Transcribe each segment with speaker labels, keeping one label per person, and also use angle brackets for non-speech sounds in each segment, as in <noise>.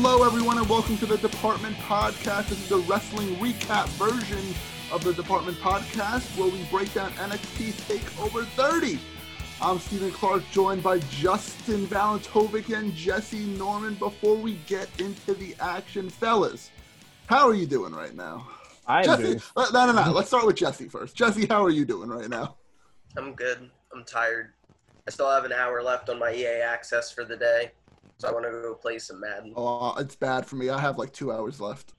Speaker 1: and welcome to the Department Podcast. This is the wrestling recap version of the Department Podcast where we break down NXT's TakeOver 30. I'm Stephen Clark, joined by Justin Valentovic and Jesse Norman. Before we get into the action, fellas, how are you doing right now?
Speaker 2: I
Speaker 1: Jesse,
Speaker 2: do.
Speaker 1: no, no, no. Let's start with Jesse first. Jesse, how are you doing right now?
Speaker 3: I'm good. I'm tired. I still have an hour left on my EA access for the day, so I want to go play some Madden.
Speaker 1: Oh, it's bad for me. I have like two hours left.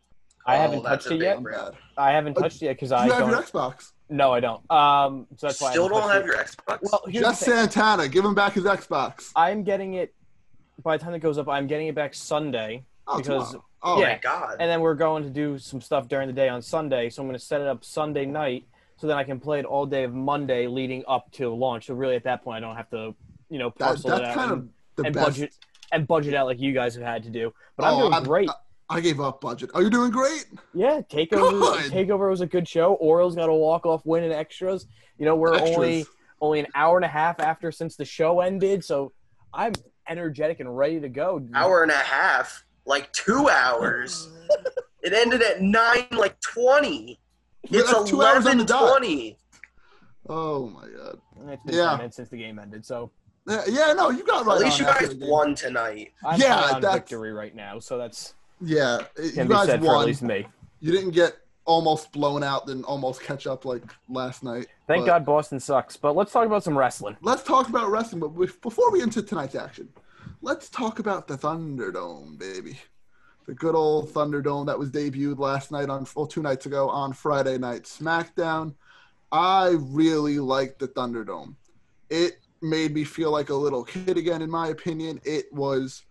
Speaker 2: I haven't
Speaker 3: Oh, that's
Speaker 2: touched
Speaker 3: a
Speaker 2: it
Speaker 3: big
Speaker 2: yet.
Speaker 1: I'm bad.
Speaker 2: I haven't
Speaker 1: Oh,
Speaker 2: touched it yet because
Speaker 1: Do
Speaker 2: I
Speaker 1: you have
Speaker 2: don't.
Speaker 1: your Xbox?
Speaker 2: No, I don't. Um, so that's why. I
Speaker 3: Still
Speaker 2: haven't
Speaker 3: don't
Speaker 2: touched
Speaker 3: have
Speaker 2: it.
Speaker 3: your Xbox.
Speaker 2: Well, here's
Speaker 1: Just
Speaker 2: the thing.
Speaker 1: Santana. Give him back his Xbox.
Speaker 2: I'm getting it. By the time it goes up, I'm getting it back Sunday,
Speaker 1: Oh,
Speaker 2: Because-
Speaker 1: tomorrow. oh
Speaker 3: oh
Speaker 2: yeah.
Speaker 3: my God.
Speaker 2: and then we're going to do some stuff during the day on Sunday. So I'm going to set it up Sunday night, so then I can play it all day of Monday leading up to launch. So really, at that point, I don't have to, you know,
Speaker 1: that,
Speaker 2: parcel it
Speaker 1: that's
Speaker 2: out
Speaker 1: kind
Speaker 2: and,
Speaker 1: of the
Speaker 2: and
Speaker 1: best.
Speaker 2: budget and budget out like you guys have had to do. But I'm
Speaker 1: Oh,
Speaker 2: doing
Speaker 1: I'm-
Speaker 2: great.
Speaker 1: I gave up budget. Oh, you're doing great.
Speaker 2: Yeah, takeover.
Speaker 1: Good.
Speaker 2: Takeover was a good show. Orioles got a walk off win in extras. You know, we're
Speaker 1: Extras.
Speaker 2: only only an hour and a half after since the show ended, so I'm energetic and ready to go.
Speaker 3: hour and a half, like two hours. it ended at nine, like twenty.
Speaker 1: Yeah,
Speaker 3: It's
Speaker 1: that's two hours on the
Speaker 3: eleven
Speaker 1: dot.
Speaker 3: twenty.
Speaker 1: Oh my god.
Speaker 2: It's been
Speaker 1: Yeah.
Speaker 2: ten minutes since the game ended, so
Speaker 1: Yeah, yeah, no, you got right.
Speaker 3: At least
Speaker 1: on
Speaker 3: you
Speaker 1: after
Speaker 3: guys
Speaker 1: the game.
Speaker 3: won tonight.
Speaker 2: I'm
Speaker 1: Yeah,
Speaker 2: high on
Speaker 1: that's-
Speaker 2: victory right now. So that's
Speaker 1: Yeah, it- you
Speaker 2: can be
Speaker 1: guys
Speaker 2: said for at
Speaker 1: won.
Speaker 2: least me.
Speaker 1: You didn't get almost blown out, then almost catch up like last night.
Speaker 2: Thank
Speaker 1: But-
Speaker 2: God Boston sucks. But let's talk about some wrestling.
Speaker 1: Let's talk about wrestling, but we- before we into tonight's action, let's talk about the Thunderdome, baby. The good old Thunderdome that was debuted last night on, well, two nights ago on Friday Night SmackDown. I really liked the Thunderdome. It made me feel like a little kid again, in my opinion. It was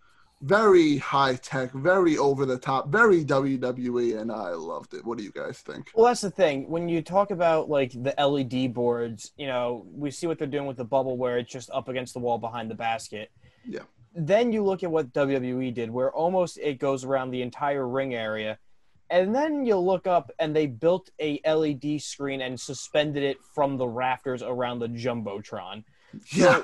Speaker 1: very high tech, very over the top, very WWE, and I loved it. What do you guys think?
Speaker 2: Well, that's the thing. When you talk about like the LED boards, you know, we see what they're doing with the bubble where it's just up against the wall behind the basket.
Speaker 1: Yeah.
Speaker 2: Then you look at what WWE did where almost it goes around the entire ring area. And then you look up and they built a LED screen and suspended it from the rafters around the jumbotron.
Speaker 1: Yeah,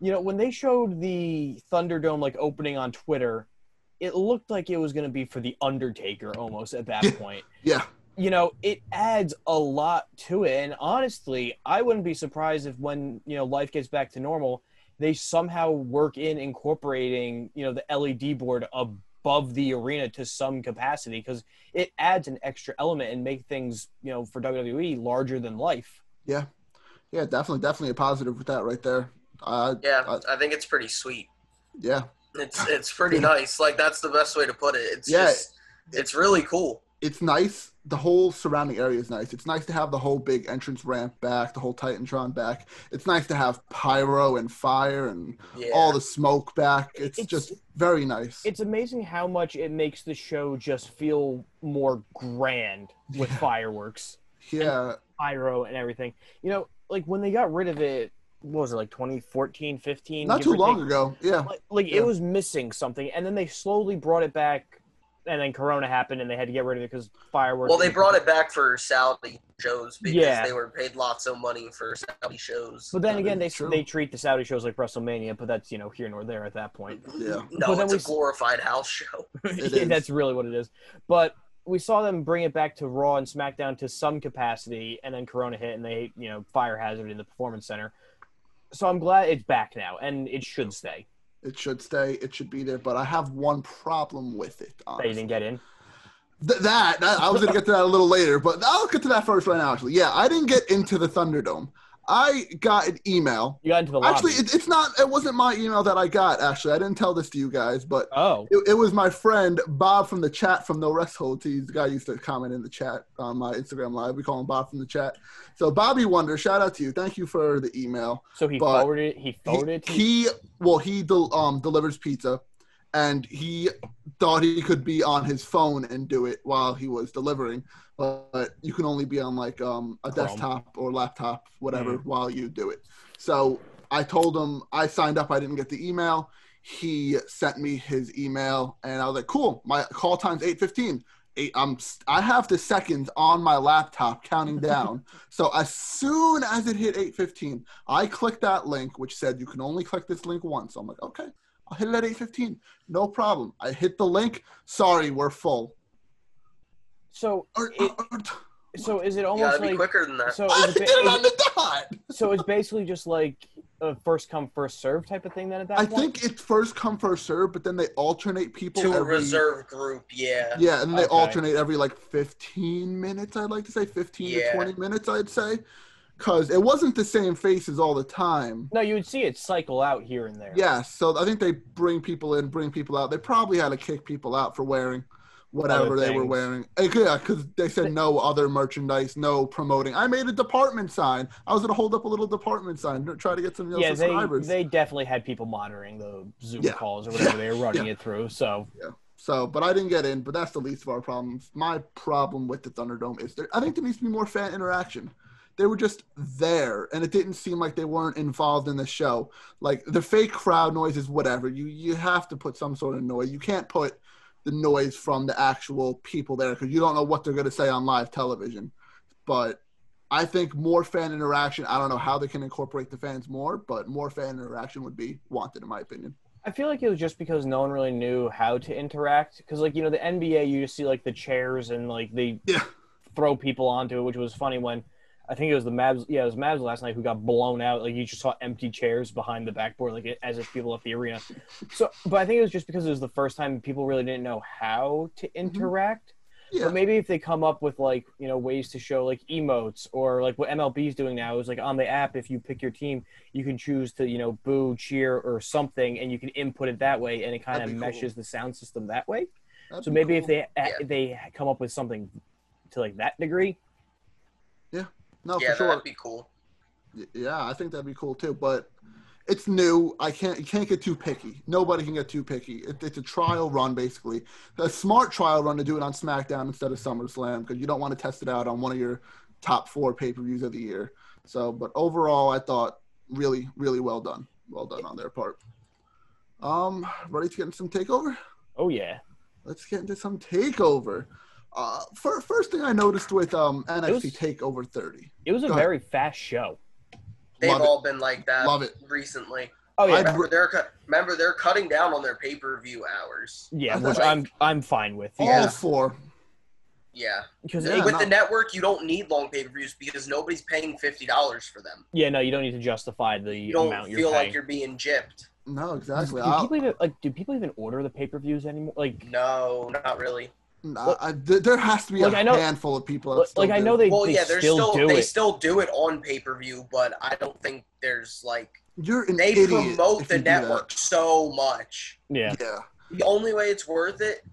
Speaker 2: You know, when they showed the Thunderdome like opening on Twitter, it looked like it was going to be for the Undertaker almost at that
Speaker 1: Yeah.
Speaker 2: point
Speaker 1: yeah.
Speaker 2: you know, it adds a lot to it. And honestly, I wouldn't be surprised if when, you know, life gets back to normal, they somehow work in incorporating, you know, the LED board above the arena to some capacity because it adds an extra element and make things, you know, for WWE larger than life.
Speaker 1: Yeah, definitely, definitely a positive with that right there. Uh,
Speaker 3: Yeah,
Speaker 1: Uh,
Speaker 3: I think it's pretty sweet.
Speaker 1: yeah, <laughs>
Speaker 3: It's it's pretty nice. Like that's the best way to put it. It's
Speaker 1: Yeah.
Speaker 3: just it's really cool.
Speaker 1: it's nice. The whole surrounding area is nice. It's nice to have the whole big entrance ramp back, the whole Titantron back. It's nice to have pyro and fire and
Speaker 3: Yeah.
Speaker 1: all the smoke back. It's,
Speaker 2: It's-
Speaker 1: just very nice.
Speaker 2: It's amazing how much it makes the show just feel more grand with
Speaker 1: Yeah.
Speaker 2: fireworks.
Speaker 1: yeah,
Speaker 2: pyro and everything. You know, like when they got rid of it, what was it like 2014, 15?
Speaker 1: not
Speaker 2: give
Speaker 1: too
Speaker 2: or
Speaker 1: long
Speaker 2: take?
Speaker 1: ago. Yeah,
Speaker 2: Like, like
Speaker 1: Yeah.
Speaker 2: it was missing something, and then they slowly brought it back, and then Corona happened, and they had to get rid of it because fireworks.
Speaker 3: Well, they brought it back for Saudi shows because
Speaker 2: Yeah.
Speaker 3: they were paid lots of money for Saudi shows.
Speaker 2: But then
Speaker 1: That
Speaker 2: again, they
Speaker 1: is true.
Speaker 2: they treat the Saudi shows like WrestleMania, but that's you know here nor there at that point.
Speaker 1: yeah.
Speaker 3: No,
Speaker 2: But then
Speaker 3: it's
Speaker 2: we
Speaker 3: a
Speaker 2: s-
Speaker 3: glorified house show.
Speaker 1: <laughs> It
Speaker 2: <laughs> Yeah,
Speaker 1: is.
Speaker 2: that's really what it is. But we saw them bring it back to Raw and SmackDown to some capacity, and then Corona hit, and they you know fire hazard in the Performance Center. So I'm glad it's back now, and it should stay.
Speaker 1: It should stay. It should be there. But I have one problem with it.
Speaker 2: That you didn't
Speaker 1: Honestly.
Speaker 2: get in.
Speaker 1: Th- that, that- I was gonna get to that a little later, but I'll get to that first right now. Actually, yeah, I didn't get into the Thunderdome. I got an email.
Speaker 2: You got into the lobby.
Speaker 1: Actually, it, it's not. It wasn't my email that I got. Actually, I didn't tell this to you guys, but
Speaker 2: oh,
Speaker 1: It, it was my friend Bob from the chat from No Rest Hold. He's the guy who used to comment in the chat on my Instagram live. We call him Bob from the chat. So Bobby Wonder, shout out to you. Thank you for the email.
Speaker 2: so he
Speaker 1: but
Speaker 2: forwarded. He forwarded. it to you?
Speaker 1: He well he del- um delivers pizza, and he thought he could be on his phone and do it while he was delivering, but you can only be on like um a
Speaker 2: Chrome.
Speaker 1: desktop or laptop whatever while you do it. So I told him I signed up. I didn't get the email. He sent me his email, and I was like, "Cool, my call time's 8:15. Eight, I'm I have the seconds on my laptop counting down. so as soon as it hit 8:15, I clicked that link, which said you can only click this link once. I'm like, okay, I'll hit it at 8:15. No problem. I hit the link. Sorry, we're full.
Speaker 2: So,
Speaker 1: Or,
Speaker 2: It-
Speaker 1: or-
Speaker 2: so is it
Speaker 3: You gotta
Speaker 2: almost
Speaker 3: be
Speaker 2: like
Speaker 3: quicker than that.
Speaker 2: so?
Speaker 1: <laughs> I
Speaker 2: Is
Speaker 1: hit
Speaker 2: it, ba-
Speaker 1: it
Speaker 2: is
Speaker 1: on
Speaker 2: it-
Speaker 1: the dot.
Speaker 2: so it's basically just like a first come first serve type of thing. Then at that
Speaker 1: I
Speaker 2: point,
Speaker 1: think it's first come first serve, but then they alternate people
Speaker 3: to a
Speaker 1: every-
Speaker 3: reserve group, yeah.
Speaker 1: Yeah, and they
Speaker 2: Okay.
Speaker 1: alternate every like 15 minutes. I'd like to say 15
Speaker 3: Yeah.
Speaker 1: to 20 minutes. I'd say because it wasn't the same faces all the time.
Speaker 2: no, you would see it cycle out here and there.
Speaker 1: Yeah, so I think they bring people in, bring people out. They probably had to kick people out for wearing whatever
Speaker 2: Other
Speaker 1: they were
Speaker 2: things.
Speaker 1: wearing. Eh, Yeah, because they said no other merchandise, no promoting. I made a department sign. I was gonna hold up a little department sign, to try to get some you know,
Speaker 2: yeah, they
Speaker 1: subscribers.
Speaker 2: they definitely had people monitoring the Zoom
Speaker 1: <laughs> Yeah.
Speaker 2: calls or whatever they were running it through. So
Speaker 1: So, but I didn't get in. But that's the least of our problems. My problem with the Thunderdome is there. I think there needs to be more fan interaction. They were just there, and it didn't seem like they weren't involved in the show. Like the fake crowd noise is whatever. You you have to put some sort of noise. You can't put the noise from the actual people there because you don't know what they're going to say on live television. But I think more fan interaction. I don't know how they can incorporate the fans more, but more fan interaction would be wanted, in my opinion.
Speaker 2: I feel like it was just because no one really knew how to interact. Because like you know the NBA, you just see like the chairs and like they
Speaker 1: Yeah.
Speaker 2: throw people onto it, which was funny when I think it was the Mavs. Yeah, it was Mavs last night who got blown out. Like you just saw empty chairs behind the backboard, like as if people left the arena. So, but I think it was just because it was the first time people really didn't know how to interact.
Speaker 1: Yeah.
Speaker 2: But maybe if they come up with like you know ways to show like emotes or like what MLB is doing now is like on the app if you pick your team you can choose to you know boo cheer or something and you can input it that way and it kind of
Speaker 1: That'd be cool.
Speaker 2: meshes the sound system that way.
Speaker 1: That'd
Speaker 2: so
Speaker 1: be
Speaker 2: maybe
Speaker 1: cool.
Speaker 2: if they if they come up with something to like that degree,
Speaker 1: no
Speaker 3: yeah,
Speaker 1: for sure.
Speaker 3: that'd be cool.
Speaker 1: Y- Yeah, I think that'd be cool too. But it's new. I can't. You can't get too picky. Nobody can get too picky. It, it's a trial run, basically. A smart trial run to do it on SmackDown instead of SummerSlam because you don't want to test it out on one of your top four pay per views of the year. So, but overall, I thought really, really well done. Well done on their part. Um, ready to get into some takeover?
Speaker 2: oh yeah,
Speaker 1: Let's get into some takeover. Uh, for, first thing I noticed with um NXT
Speaker 2: was-
Speaker 1: Takeover 30.
Speaker 2: it was a
Speaker 1: Go ahead.
Speaker 2: very fast show.
Speaker 3: They've
Speaker 1: Love it.
Speaker 3: all been like that
Speaker 1: Love it.
Speaker 3: recently.
Speaker 2: Oh yeah,
Speaker 1: I'd-
Speaker 3: Remember they're, cut- remember, they're cutting down on their pay per view hours.
Speaker 2: yeah,
Speaker 1: I'd
Speaker 2: which
Speaker 3: like-
Speaker 2: I'm I'm fine with
Speaker 1: All
Speaker 3: Yeah.
Speaker 1: four.
Speaker 3: Yeah.
Speaker 2: because
Speaker 1: Yeah,
Speaker 3: With
Speaker 1: no.
Speaker 3: the network, you don't need long pay per views because nobody's paying $50 for them.
Speaker 2: yeah no you don't need to justify the
Speaker 3: You don't
Speaker 2: amount you're
Speaker 3: feel
Speaker 2: paying.
Speaker 3: like you're being gypped.
Speaker 1: No, exactly.
Speaker 2: do
Speaker 1: I'll-
Speaker 2: people even like do people even order the pay per views anymore? Like
Speaker 3: No, not really.
Speaker 1: Nah, I, th- there has to be
Speaker 2: Like,
Speaker 1: a
Speaker 2: I know-
Speaker 1: handful of people.
Speaker 2: Like-
Speaker 1: That still
Speaker 2: like I
Speaker 1: do.
Speaker 2: know they,
Speaker 3: Well,
Speaker 2: they
Speaker 3: yeah, they're
Speaker 2: still,
Speaker 3: still,
Speaker 2: do
Speaker 3: they
Speaker 2: it.
Speaker 3: still do it on pay per view, but I don't think there's like
Speaker 1: You're an
Speaker 3: they
Speaker 1: idiot
Speaker 3: promote
Speaker 1: if
Speaker 3: the
Speaker 1: you do that.
Speaker 3: network so much.
Speaker 2: yeah.
Speaker 1: Yeah,
Speaker 3: The only way it's worth it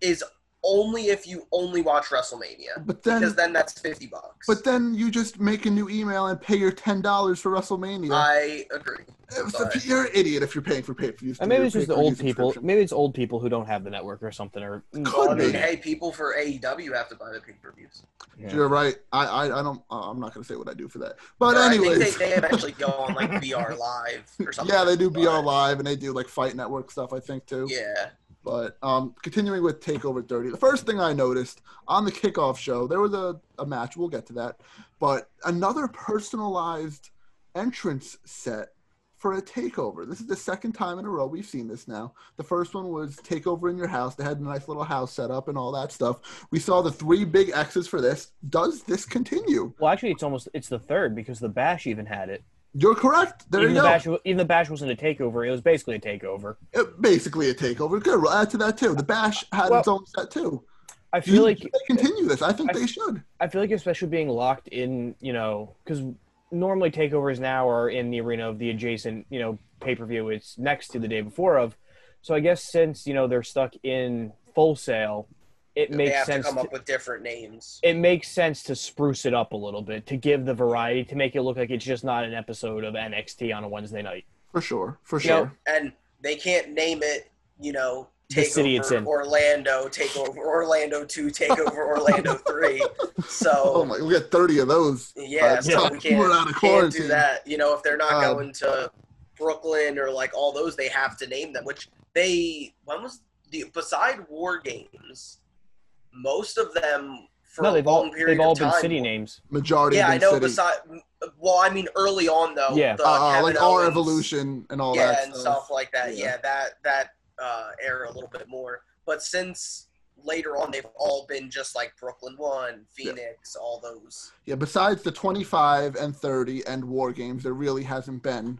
Speaker 3: is only if you only watch WrestleMania,
Speaker 1: but then,
Speaker 3: because then that's fifty bucks.
Speaker 1: but then you just make a new email and pay your ten dollars for WrestleMania.
Speaker 3: I agree.
Speaker 1: It's-
Speaker 3: but-
Speaker 1: you're an idiot if you're paying for pay per views.
Speaker 2: And maybe it's just the old people. Maybe it's old people who don't have the network or something. Or
Speaker 1: Could
Speaker 3: Well, I mean,
Speaker 1: be.
Speaker 3: hey, people for AEW have to buy the pay per views.
Speaker 2: Yeah.
Speaker 1: You're right. I, I, I don't. Uh, I'm not gonna say what I do for that. But
Speaker 3: I
Speaker 1: anyways,
Speaker 3: think they, they eventually go on like VR Live or
Speaker 1: <laughs>
Speaker 3: something.
Speaker 1: yeah, they do
Speaker 3: but-
Speaker 1: BR live and they do like Fight Network stuff. I think too.
Speaker 3: Yeah,
Speaker 1: But um, continuing with Takeover 30, the first thing I noticed on the kickoff show, there was a, a match. We'll get to that. But another personalized entrance set for a takeover. This is the second time in a row we've seen this now. The first one was Takeover in Your House. They had a nice little house set up and all that stuff. We saw the three big X's for this. Does this continue?
Speaker 2: Well, actually, it's almost it's the third because the Bash even had it.
Speaker 1: You're correct. There
Speaker 2: even
Speaker 1: you
Speaker 2: the
Speaker 1: go.
Speaker 2: Bash, even the Bash wasn't a takeover. It was basically a takeover.
Speaker 1: It- basically a takeover. Good. We'll add to that too. The Bash had its own set too.
Speaker 2: I
Speaker 1: Do you
Speaker 2: feel like
Speaker 1: think they continue this? I think
Speaker 2: I-
Speaker 1: they should.
Speaker 2: I feel like especially being locked in, you know, because normally takeovers now are in the arena of the adjacent, you know, pay per view. It's next to the day before of. So I guess since you know they're stuck in full sale, it
Speaker 3: they
Speaker 2: makes
Speaker 3: have to
Speaker 2: sense.
Speaker 3: come
Speaker 2: to-
Speaker 3: up with different names.
Speaker 2: it makes sense to spruce it up a little bit to give the variety to make it look like it's just not an episode of NXT on a Wednesday night.
Speaker 1: For sure. For
Speaker 2: You know,
Speaker 1: sure.
Speaker 3: and they can't name it, you know,
Speaker 2: The city it's in.
Speaker 3: Orlando, take over Orlando
Speaker 2: <laughs>
Speaker 3: two, take over Orlando three.
Speaker 1: Oh
Speaker 3: So
Speaker 1: my, we got 30 of those.
Speaker 3: yeah,
Speaker 1: Uh,
Speaker 3: so we
Speaker 1: We're
Speaker 3: can't,
Speaker 1: out of
Speaker 3: can't
Speaker 1: quarantine.
Speaker 3: do that. You know, if they're not
Speaker 1: Um,
Speaker 3: going to Brooklyn or like all those, they have to name them. Which they when was the beside War Games, most of them for
Speaker 2: No,
Speaker 3: a
Speaker 2: they've
Speaker 3: long
Speaker 2: all
Speaker 3: period
Speaker 2: they've all
Speaker 3: of
Speaker 2: been
Speaker 3: time
Speaker 2: city names.
Speaker 1: Majority
Speaker 3: yeah,
Speaker 1: of
Speaker 3: I
Speaker 1: them
Speaker 3: know.
Speaker 1: city.
Speaker 3: Beside, well, I mean, early on though,
Speaker 2: Yeah.
Speaker 3: the
Speaker 1: Uh,
Speaker 3: Kevin
Speaker 1: like our
Speaker 3: Owens-
Speaker 1: evolution and all
Speaker 3: yeah,
Speaker 1: that
Speaker 3: and
Speaker 1: stuff.
Speaker 3: stuff like that.
Speaker 1: Yeah.
Speaker 3: Yeah, that that uh, era a little bit more. But since later on, they've all been just like Brooklyn One,
Speaker 1: Yeah.
Speaker 3: Phoenix, all those.
Speaker 1: Yeah, besides the 25 and 30 and War Games, there really hasn't been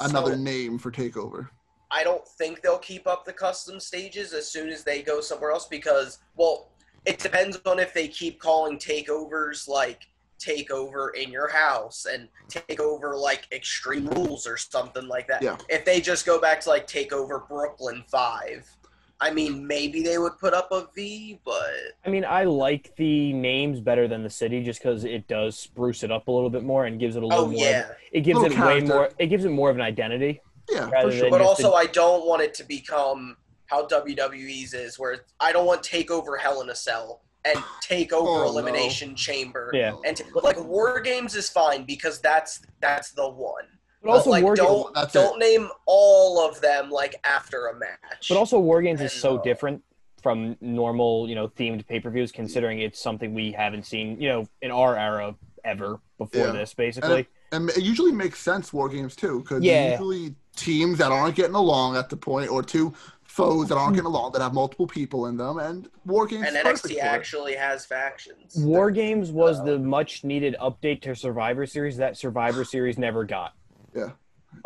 Speaker 1: another
Speaker 3: So,
Speaker 1: name for Takeover.
Speaker 3: I don't think they'll keep up the custom stages as soon as they go somewhere else because, well, it depends on if they keep calling takeovers like takeover in your house and takeover like extreme rules or something like that.
Speaker 1: Yeah.
Speaker 3: If they just go back to like takeover Brooklyn 5, I mean, maybe they would put up a V, but.
Speaker 2: I mean, I like the names better than the city just because it does spruce it up a little bit more and gives it a little
Speaker 3: Oh
Speaker 2: more.
Speaker 3: yeah,
Speaker 2: It gives
Speaker 1: Little
Speaker 2: it way
Speaker 1: character.
Speaker 2: more. It gives it more of an identity.
Speaker 1: Yeah, for
Speaker 2: Rather
Speaker 1: sure.
Speaker 2: than-
Speaker 3: but
Speaker 2: just
Speaker 3: also
Speaker 2: the-
Speaker 3: I don't want it to become how WWE's is, where I don't want Takeover Hell in a Cell and Takeover
Speaker 1: Oh, no.
Speaker 3: Elimination Chamber.
Speaker 2: Yeah.
Speaker 3: And like War Games is fine because that's that's the one.
Speaker 2: But also,
Speaker 3: like
Speaker 2: war games,
Speaker 3: don't
Speaker 1: that's
Speaker 3: don't name all of them like after a match.
Speaker 2: but also war games is
Speaker 3: And,
Speaker 2: so
Speaker 3: uh,
Speaker 2: different from normal, you know, themed pay per views. Considering it's something we haven't seen, you know, in our era ever before
Speaker 1: Yeah.
Speaker 2: this, basically.
Speaker 1: And it usually makes sense, War Games, too, because
Speaker 2: Yeah.
Speaker 1: usually teams that aren't getting along at the point, or two foes that aren't getting along that have multiple people in them, and War Games
Speaker 3: Hmm. and
Speaker 1: is perfect
Speaker 3: NXT
Speaker 1: for it.
Speaker 3: actually has factions.
Speaker 2: War Games was
Speaker 3: Uh,
Speaker 2: the much needed update to Survivor Series that Survivor Series never got.
Speaker 1: Yeah.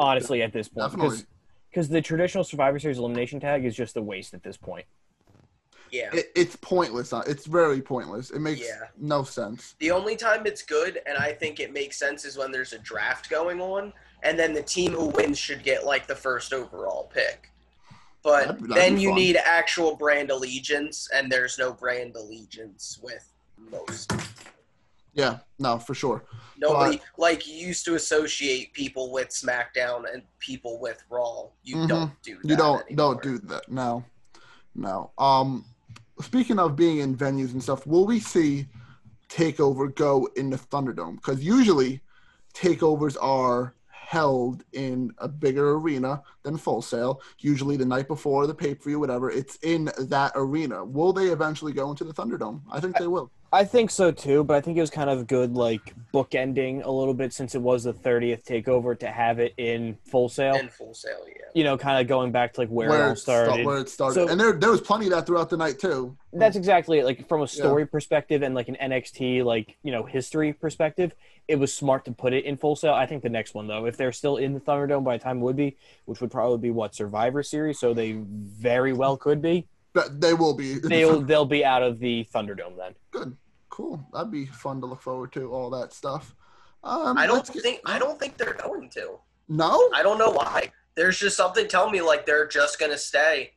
Speaker 2: Honestly, at this point,
Speaker 1: Definitely.
Speaker 2: because because the traditional Survivor Series elimination tag is just a waste at this point.
Speaker 3: Yeah.
Speaker 1: It, it's pointless. uh, It's very pointless. It makes
Speaker 3: Yeah.
Speaker 1: no sense.
Speaker 3: The only time it's good, and I think it makes sense, is when there's a draft going on, and then the team who wins should get like the first overall pick. But
Speaker 1: That'd- that'd
Speaker 3: then
Speaker 1: be
Speaker 3: you
Speaker 1: fun.
Speaker 3: need actual brand allegiance, and there's no brand allegiance with most.
Speaker 1: Yeah, no, for sure.
Speaker 3: Nobody like you used to associate people with SmackDown and people with Raw. You
Speaker 1: Mhm.
Speaker 3: don't do that.
Speaker 1: You don't
Speaker 3: anymore.
Speaker 1: don't do that. No, no. Um, speaking of being in venues and stuff, will we see Takeover go in the Thunderdome? Because usually takeovers are held in a bigger arena than Full Sail. Usually the night before the pay per view, whatever. It's in that arena. Will they eventually go into the Thunderdome? I think they will.
Speaker 2: I think so too, but I think it was kind of good, like bookending a little bit since it was the 30th takeover to have it in full sale.
Speaker 3: And full sale, yeah.
Speaker 2: you know, kind of going back to like where, it all
Speaker 1: sta-
Speaker 2: started.
Speaker 1: where it started.
Speaker 2: So-
Speaker 1: and there there was plenty of that throughout the night too.
Speaker 2: That's exactly it. like from a story perspective and like an NXT like you know history perspective. It was smart to put it in full sale. I think the next one though, if they're still in the Thunderdome by the time it would be, which would probably be what Survivor Series, so they very well
Speaker 1: <laughs>
Speaker 2: could be.
Speaker 1: But they will be.
Speaker 2: They'll they'll be out of the Thunderdome then.
Speaker 1: Good. Cool. That'd be fun to look forward to. All that stuff. Um,
Speaker 3: I don't
Speaker 1: let's get-
Speaker 3: think I don't think they're going to.
Speaker 1: No,
Speaker 3: I don't know why. There's just something telling me like they're just gonna stay.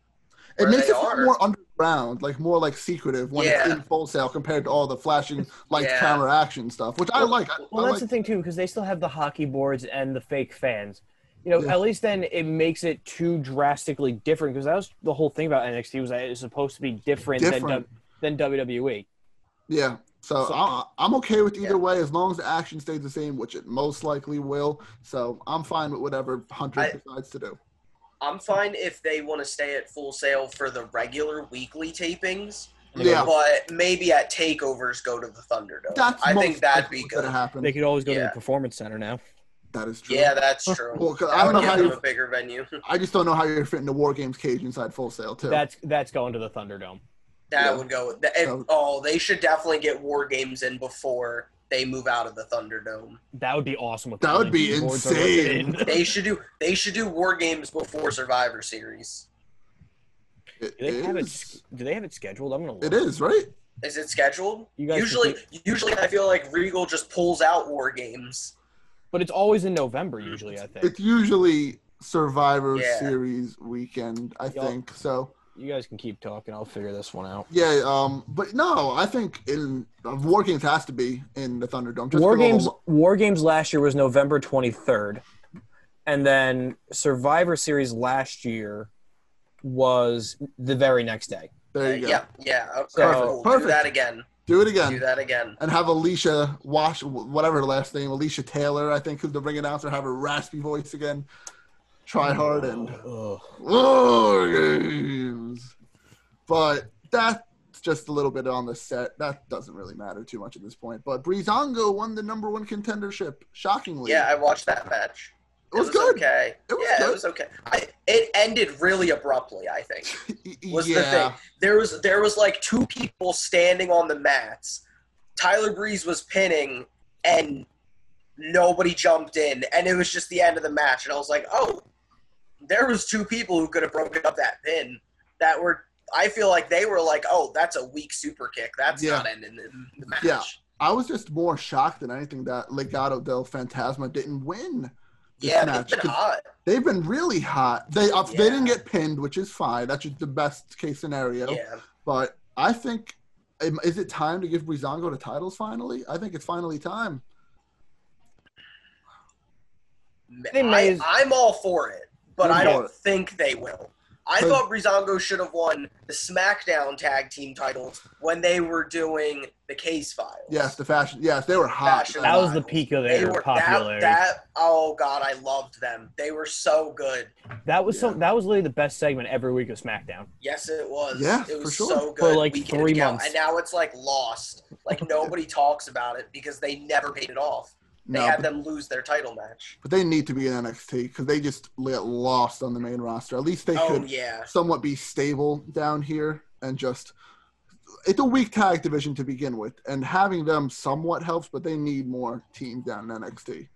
Speaker 1: it
Speaker 3: where
Speaker 1: makes
Speaker 3: they
Speaker 1: it feel
Speaker 3: are.
Speaker 1: more underground, like more like secretive when it's
Speaker 3: Yeah.
Speaker 1: in full sale compared to all the
Speaker 3: <laughs>
Speaker 1: flashing lights,
Speaker 3: Yeah.
Speaker 1: camera, action stuff, which I
Speaker 2: Well-
Speaker 1: like. I,
Speaker 2: Well,
Speaker 1: I
Speaker 2: that's
Speaker 1: like
Speaker 2: the thing too, because they still have the hockey boards and the fake fans. You know,
Speaker 1: Yeah.
Speaker 2: at least then it makes it too drastically different because that was the whole thing about NXT was that it was supposed to be different,
Speaker 1: Different.
Speaker 2: Than, w- E. than WWE.
Speaker 1: Yeah. So,
Speaker 2: So-
Speaker 1: I, I'm okay with either
Speaker 3: Yeah.
Speaker 1: way as long as the action stays the same, which it most likely will. So I'm fine with whatever Hunter
Speaker 3: I-
Speaker 1: decides to do.
Speaker 3: I'm fine if they want to stay at full sale for the regular weekly tapings,
Speaker 1: Yeah.
Speaker 3: but maybe at takeovers go to the Thunderdome.
Speaker 1: That's
Speaker 3: I
Speaker 1: most
Speaker 3: think that'd be
Speaker 1: likely what's
Speaker 3: good.
Speaker 1: gonna happen.
Speaker 2: They could always go to
Speaker 3: Yeah.
Speaker 2: the performance center now.
Speaker 1: That is true.
Speaker 3: Yeah, that's true.
Speaker 1: <laughs> Well, 'cause
Speaker 3: That
Speaker 1: I don't
Speaker 3: would
Speaker 1: know how
Speaker 3: give them
Speaker 1: you-
Speaker 3: a bigger venue.
Speaker 1: I just don't know how you're fitting the War Games cage inside Full Sail too.
Speaker 2: That's that's going to the Thunderdome.
Speaker 3: That
Speaker 1: Yeah.
Speaker 3: would go. That, if-
Speaker 1: So-
Speaker 3: oh, they should definitely get War Games in before they move out of the Thunderdome.
Speaker 2: That would be awesome. With
Speaker 1: That
Speaker 2: the
Speaker 1: would be
Speaker 2: LED boards <laughs>
Speaker 1: insane.
Speaker 2: already
Speaker 1: <laughs>
Speaker 2: in.
Speaker 3: They should do. They should do War Games before Survivor Series.
Speaker 1: It
Speaker 2: Do they have it?
Speaker 1: is.
Speaker 2: Do they have it scheduled? I'm gonna. Look.
Speaker 1: It is right.
Speaker 3: Is it scheduled?
Speaker 2: You guys
Speaker 3: usually, usually I feel like Regal just pulls out War Games.
Speaker 2: but it's always in November. Usually, I
Speaker 1: Mm,
Speaker 2: think
Speaker 1: It's usually Survivor
Speaker 3: Yeah.
Speaker 1: Series weekend, I
Speaker 2: Yup.
Speaker 1: think. So
Speaker 2: you guys can keep talking. I'll figure this one out.
Speaker 1: yeah, um, but no, I think in uh, War Games has to be in the Thunderdome. just
Speaker 2: War
Speaker 1: for the
Speaker 2: Games
Speaker 1: lo-
Speaker 2: War Games last year was November 23rd. And then Survivor Series last year was the very next day.
Speaker 1: there you go.
Speaker 3: Uh, Yeah, yeah. Okay,
Speaker 2: So-
Speaker 3: cool.
Speaker 1: Perfect.
Speaker 3: Do that again.
Speaker 1: Do it
Speaker 3: Do
Speaker 1: again.
Speaker 3: that again.
Speaker 1: And have Alicia Wash, whatever her last name, Alicia Taylor, I think, who's the ring announcer, have a raspy voice again. Try
Speaker 2: Mm.
Speaker 1: hard and
Speaker 2: Ugh.
Speaker 1: War Games. But that's just a little bit on the set. That doesn't really matter too much at this point. But Breezango won the number one contendership, shockingly.
Speaker 3: Yeah, I watched that match.
Speaker 1: It was good.
Speaker 3: Okay.
Speaker 1: It was
Speaker 3: yeah,
Speaker 1: good.
Speaker 3: it was okay. I, it ended really abruptly. I think. was
Speaker 1: yeah.
Speaker 3: the thing. There was there was like two people standing on the mats. Tyler Breeze was pinning and nobody jumped in and it was just the end of the match and I was like, "Oh, there was two people who could have broken up that pin that were I feel like they were like, "Oh, that's a weak super kick. That's
Speaker 1: Yeah.
Speaker 3: not ending the, the match."
Speaker 1: Yeah. I was just more shocked than anything that Legado del Fantasma didn't win. This
Speaker 3: Yeah,
Speaker 1: match
Speaker 3: they've been
Speaker 1: could-
Speaker 3: hot.
Speaker 1: They've been really hot. They uh, they didn't
Speaker 3: Yeah.
Speaker 1: get pinned, which is fine. That's just the best case scenario.
Speaker 3: Yeah.
Speaker 1: But I think um, is it time to give Breezango the titles finally? I think it's finally time.
Speaker 2: They may as-
Speaker 3: I, am all for it, but
Speaker 1: Go
Speaker 3: I
Speaker 1: for
Speaker 3: don't
Speaker 1: it.
Speaker 3: think they will. I
Speaker 1: But-
Speaker 3: thought Brizongo should have won the SmackDown tag team titles when they were doing the case files.
Speaker 1: Yes, the fashion. Yes, they were hot.
Speaker 3: Fashion.
Speaker 2: That was the peak of
Speaker 3: They
Speaker 2: their
Speaker 3: were that,
Speaker 2: popularity. That,
Speaker 3: that oh god, I loved them. They were so good.
Speaker 2: was some. That was literally the best segment every week of SmackDown.
Speaker 3: Yes, it was.
Speaker 1: Yeah,
Speaker 3: it was
Speaker 1: for sure.
Speaker 3: so good.
Speaker 2: For, like,
Speaker 3: week in and
Speaker 2: three
Speaker 3: week out.
Speaker 2: months.
Speaker 3: and now it's like lost.
Speaker 1: <laughs>
Speaker 3: Like nobody talks about it because they never paid it off. They
Speaker 1: No,
Speaker 3: had
Speaker 1: but,
Speaker 3: them lose their title match.
Speaker 1: but they need to be in NXT because they just get lost on the main roster. At least they
Speaker 3: oh
Speaker 1: could
Speaker 3: yeah,
Speaker 1: somewhat be stable down here and just. It's a weak tag division to begin with, and having them somewhat helps, but they need more teams down in NXT.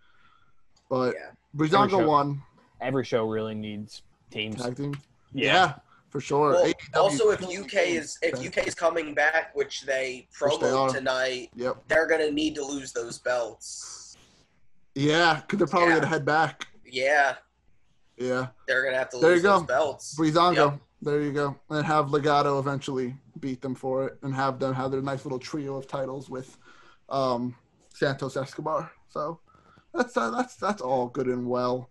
Speaker 1: But
Speaker 3: yeah.
Speaker 1: Breezango
Speaker 2: Sure.
Speaker 1: won
Speaker 2: Every show really needs teams.
Speaker 1: tag team. Yeah,
Speaker 2: Yeah.
Speaker 1: for sure. E
Speaker 3: Well,
Speaker 1: AEW
Speaker 3: also, if
Speaker 1: totally
Speaker 3: UK is if
Speaker 1: Okay.
Speaker 3: UK is coming back, which they
Speaker 1: Which they are.
Speaker 3: promoed tonight,
Speaker 1: Yep.
Speaker 3: they're gonna need to lose those belts.
Speaker 1: Yeah, because they're probably
Speaker 3: Yeah.
Speaker 1: gonna head back.
Speaker 3: Yeah,
Speaker 1: Yeah,
Speaker 3: they're gonna have to
Speaker 1: There you
Speaker 3: lose those
Speaker 1: go.
Speaker 3: belts.
Speaker 1: Breezango.
Speaker 3: Yep.
Speaker 1: There you go, and have Legato eventually beat them for it, and have them have their nice little trio of titles with um, Santos Escobar. So that's uh, that's that's all good and well,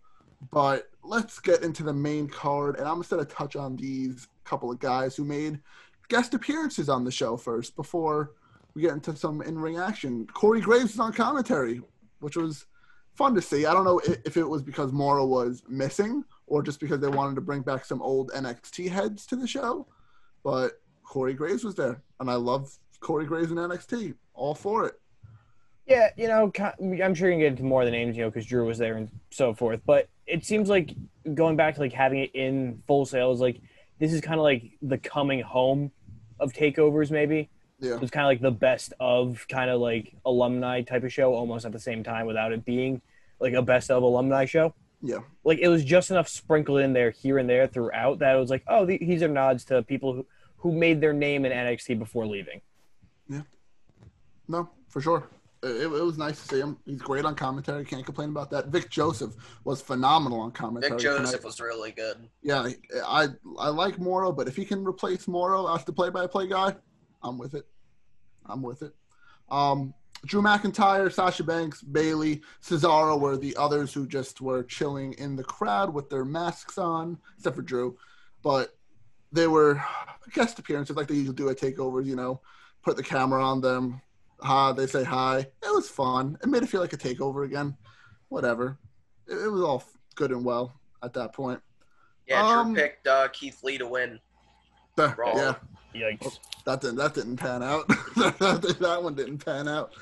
Speaker 1: but let's get into the main card, and I'm just gonna touch on these couple of guys who made guest appearances on the show first before we get into some in-ring action. Corey Graves is on commentary, which was fun to see. I don't know i- if it was because Mora was missing or just because they wanted to bring back some old NXT heads to the show, but Corey Graves was there, and I love Corey Graves in NXT. All for it.
Speaker 2: Yeah, you know, ki- I'm sure you can get into more of the names, you know, because Drew was there and so forth. But it seems like going back to like having it in full sale is like this is kind of like the coming home of takeovers. Maybe
Speaker 1: Yeah.
Speaker 2: it was kind of like the best of kind of like alumni type of show, almost at the same time without it being like a best of alumni show.
Speaker 1: Yeah.
Speaker 2: like it was just enough sprinkled in there here and there throughout that it was like, oh, the- these are nods to people who who made their name in NXT before leaving.
Speaker 1: No, for sure. It, it was nice to see him. He's great on commentary. Can't complain about that. Vic Joseph was phenomenal on commentary.
Speaker 3: Vic
Speaker 1: tonight.
Speaker 3: Joseph was really good.
Speaker 1: Yeah, I I like Moro, but if he can replace Moro as the play-by-play guy, I'm with it. I'm with it. Um, Drew McIntyre, Sasha Banks, Bailey, Cesaro were the others who just were chilling in the crowd with their masks on, except for Drew. But they were guest appearances like they usually do at takeovers. You know, put the camera on them. Hi, they say hi. It was fun. It made it feel like a takeover again. Whatever. It, it was all good and well at that point.
Speaker 3: Yeah,
Speaker 1: Um,
Speaker 3: Drew picked uh, Keith Lee to win. Raw.
Speaker 1: Yeah,
Speaker 2: Yikes!
Speaker 1: that didn't that didn't pan out. <laughs> that one didn't pan out.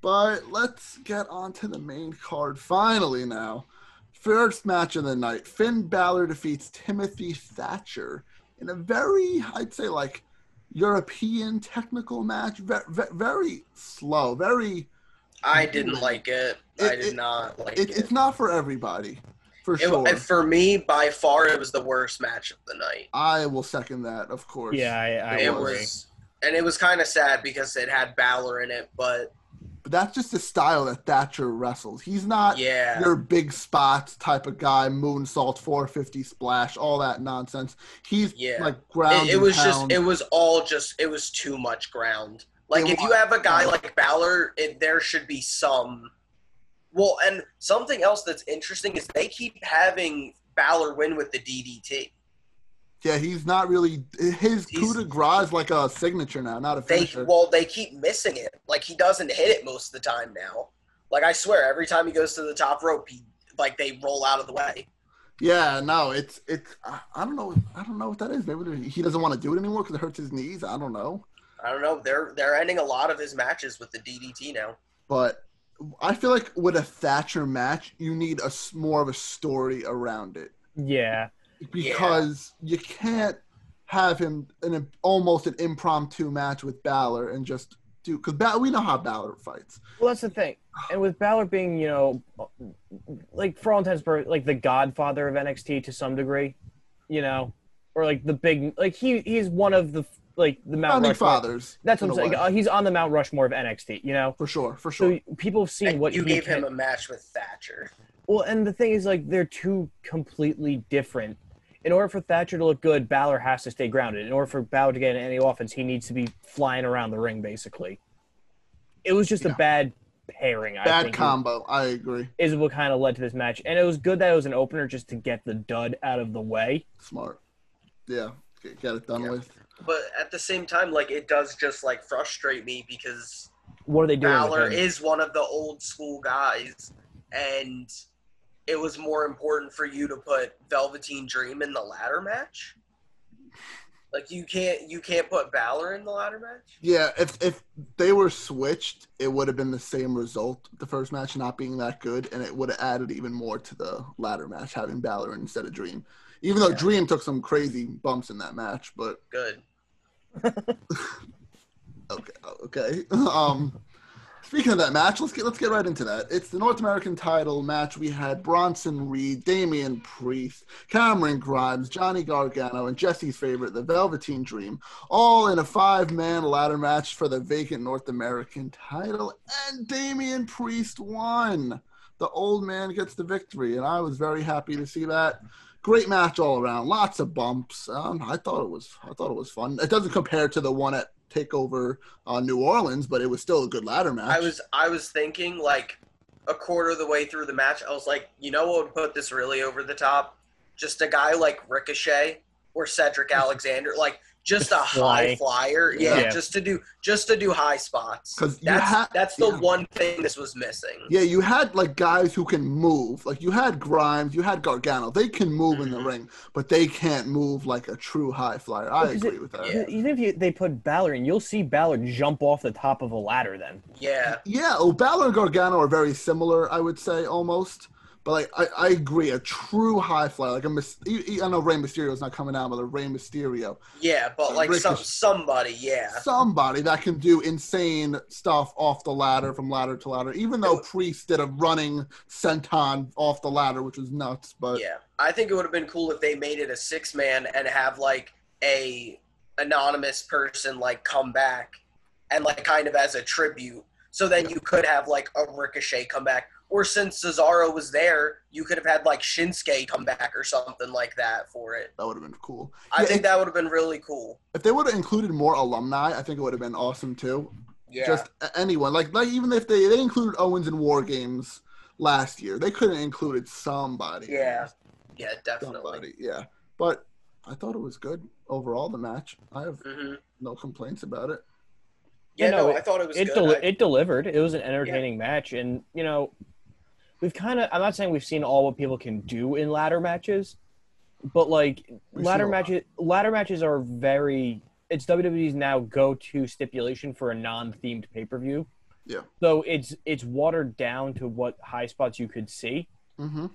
Speaker 1: But let's get on to the main card finally now. First match of the night: Finn Balor defeats Timothy Thatcher in a very, I'd say, like European technical match. Ve- ve- very slow. Very.
Speaker 3: I didn't like it. I
Speaker 1: Mm-hmm. It-
Speaker 3: did
Speaker 1: it-
Speaker 3: not like
Speaker 1: It,
Speaker 3: it.
Speaker 1: it's not for everybody, for
Speaker 3: It-
Speaker 1: sure.
Speaker 3: and for me, by far, it was the worst match of the night.
Speaker 1: I will second that, of course.
Speaker 2: Yeah, I, I
Speaker 3: it
Speaker 2: agree.
Speaker 3: was, and it was kind of sad because it had Balor in it, but
Speaker 1: But that's just the style that Thatcher wrestles. He's not.
Speaker 3: yeah,
Speaker 1: your big spots type of guy, moonsault, 450 splash, all that nonsense. He's
Speaker 3: Yeah.
Speaker 1: like ground.
Speaker 3: it, it was just
Speaker 1: it,
Speaker 3: it was all just it was too much ground like
Speaker 1: It
Speaker 3: if you have a guy like Balor, it, there should be some well and something else that's interesting is they keep having Balor win with the DDT
Speaker 1: yeah, he's not really his coup
Speaker 3: He's-
Speaker 1: de grace is like a signature now, not a
Speaker 3: they
Speaker 1: finisher.
Speaker 3: well they keep missing it like he doesn't hit it most of the time now like I swear every time he goes to the top rope he like they roll out of the way
Speaker 1: yeah, no, it's it's I, I don't know I don't know what that is. Maybe he doesn't want to do it anymore because it hurts his knees. I don't know.
Speaker 3: I don't know. They're they're ending a lot of his matches with the DDT now.
Speaker 1: but I feel like with a Thatcher match, you need a s- more of a story around it
Speaker 2: Yeah.
Speaker 1: because you can't have him in a, almost an impromptu match with Balor and just do because ba- we know how Balor fights.
Speaker 2: Well, that's the thing. And with Balor being, you know, like for all intents and purposes, like the godfather of NXT to some degree, you know, or like the big, like he he's one of the like the Mount
Speaker 1: Founding
Speaker 2: Rushmore.
Speaker 1: fathers.
Speaker 2: That's what
Speaker 1: in
Speaker 2: I'm
Speaker 1: a
Speaker 2: saying.
Speaker 1: way.
Speaker 2: Uh, he's on the Mount Rushmore of NXT, you know.
Speaker 1: for sure, for
Speaker 2: So
Speaker 1: sure.
Speaker 2: people have seen
Speaker 3: And
Speaker 2: what
Speaker 3: you
Speaker 2: he
Speaker 3: gave
Speaker 2: can-
Speaker 3: him a match with Thatcher.
Speaker 2: Well, and the thing is, like, they're two completely different. In order for Thatcher to look good, Balor has to stay grounded. In order for Balor to get any offense, he needs to be flying around the ring, basically. It was just
Speaker 1: Yeah.
Speaker 2: a bad pairing. I
Speaker 1: Bad
Speaker 2: think,
Speaker 1: combo. I agree.
Speaker 2: Is what kind of led to this match, and it was good that it was an opener just to get the dud out of the way.
Speaker 1: Smart. Yeah, get, get it done
Speaker 3: Yeah.
Speaker 1: with.
Speaker 3: But at the same time, like it does just like frustrate me because
Speaker 2: What are they doing? with
Speaker 3: Balor
Speaker 2: him?
Speaker 3: is one of the old school guys, and it was more important for you to put Velveteen Dream in the ladder match. Like you can't you can't put Balor in the ladder match.
Speaker 1: Yeah, if if they were switched, it would have been the same result. The first match not being that good, and it would have added even more to the latter match having Balor instead of Dream. Even though
Speaker 3: Yeah.
Speaker 1: Dream took some crazy bumps in that match, but
Speaker 3: Good.
Speaker 1: okay, okay. <laughs> um, speaking of that match, let's get let's get right into that. It's the North American title match. We had Bronson Reed, Damian Priest, Cameron Grimes, Johnny Gargano, and Jesse's favorite, the Velveteen Dream, all in a five-man ladder match for the vacant North American title, and Damian Priest won. The old man gets the victory, and I was very happy to see that. Great match all around. Lots of bumps. Um, I thought it was. I thought it was fun. It doesn't compare to the one at Takeover uh, New Orleans, but it was still a good ladder match.
Speaker 3: I was I was thinking like a quarter of the way through the match, I was like, you know what would put this really over the top? Just a guy like Ricochet or Cedric
Speaker 1: <laughs>
Speaker 3: Alexander, like just a
Speaker 2: Fly.
Speaker 3: high flyer, yeah,
Speaker 2: Yeah.
Speaker 3: just to do just to do high spots.
Speaker 1: 'Cause you
Speaker 3: that's
Speaker 1: ha-
Speaker 3: that's the
Speaker 1: yeah.
Speaker 3: one thing this was missing.
Speaker 1: Yeah, you had like guys who can move. Like you had Grimes, you had Gargano. They can move in the
Speaker 3: Mhm.
Speaker 1: ring, but they can't move like a true high flyer.
Speaker 2: Well,
Speaker 1: I
Speaker 2: 'cause
Speaker 1: agree
Speaker 2: it-
Speaker 1: with that.
Speaker 3: yeah.
Speaker 2: Even if you, they put Balor in, you'll see Balor jump off the top of a ladder. Then
Speaker 3: Yeah.
Speaker 1: Yeah, well, Balor and Gargano are very similar, I would say, almost. But like, I, I agree, a true high flyer, like a mis- e- e- I know Rey Mysterio's not coming out, but a Rey Mysterio,
Speaker 3: Yeah, but
Speaker 1: Uh,
Speaker 3: like some
Speaker 1: Ricochet.
Speaker 3: somebody, yeah.
Speaker 1: somebody that can do insane stuff off the ladder from ladder to ladder. Even though Priest did a running senton off the ladder, which was nuts, but
Speaker 3: Yeah. I think it would have been cool if they made it a six man and have like a anonymous person like come back and like kind of as a tribute. So then you could have like a ricochet come back. Or since Cesaro was there, you could have had like Shinsuke come back or something like that for it.
Speaker 1: that would have been cool.
Speaker 3: I
Speaker 1: Yeah,
Speaker 3: think
Speaker 1: it-
Speaker 3: that would have been really cool.
Speaker 1: if they would have included more alumni, I think it would have been awesome too.
Speaker 3: Yeah.
Speaker 1: Just a- anyone, like like even if they they included Owens in War Games last year, they could have included somebody.
Speaker 3: Yeah. yeah, definitely.
Speaker 1: somebody. Yeah, but I thought it was good overall. The match, I have
Speaker 3: hmm
Speaker 1: no complaints about it.
Speaker 3: Yeah,
Speaker 2: You know,
Speaker 3: no, I thought it was
Speaker 2: it
Speaker 3: good.
Speaker 2: deli-
Speaker 3: I-
Speaker 2: it delivered. It was an entertaining match, and you know, we've kind of. I'm not saying we've seen all what people can do in ladder matches, but like
Speaker 1: We've
Speaker 2: ladder
Speaker 1: seen a lot.
Speaker 2: matches, ladder matches are very. It's WWE's now go-to stipulation for a non-themed pay-per-view.
Speaker 1: Yeah.
Speaker 2: So it's it's watered down to what high spots you could see,
Speaker 1: Mm-hmm.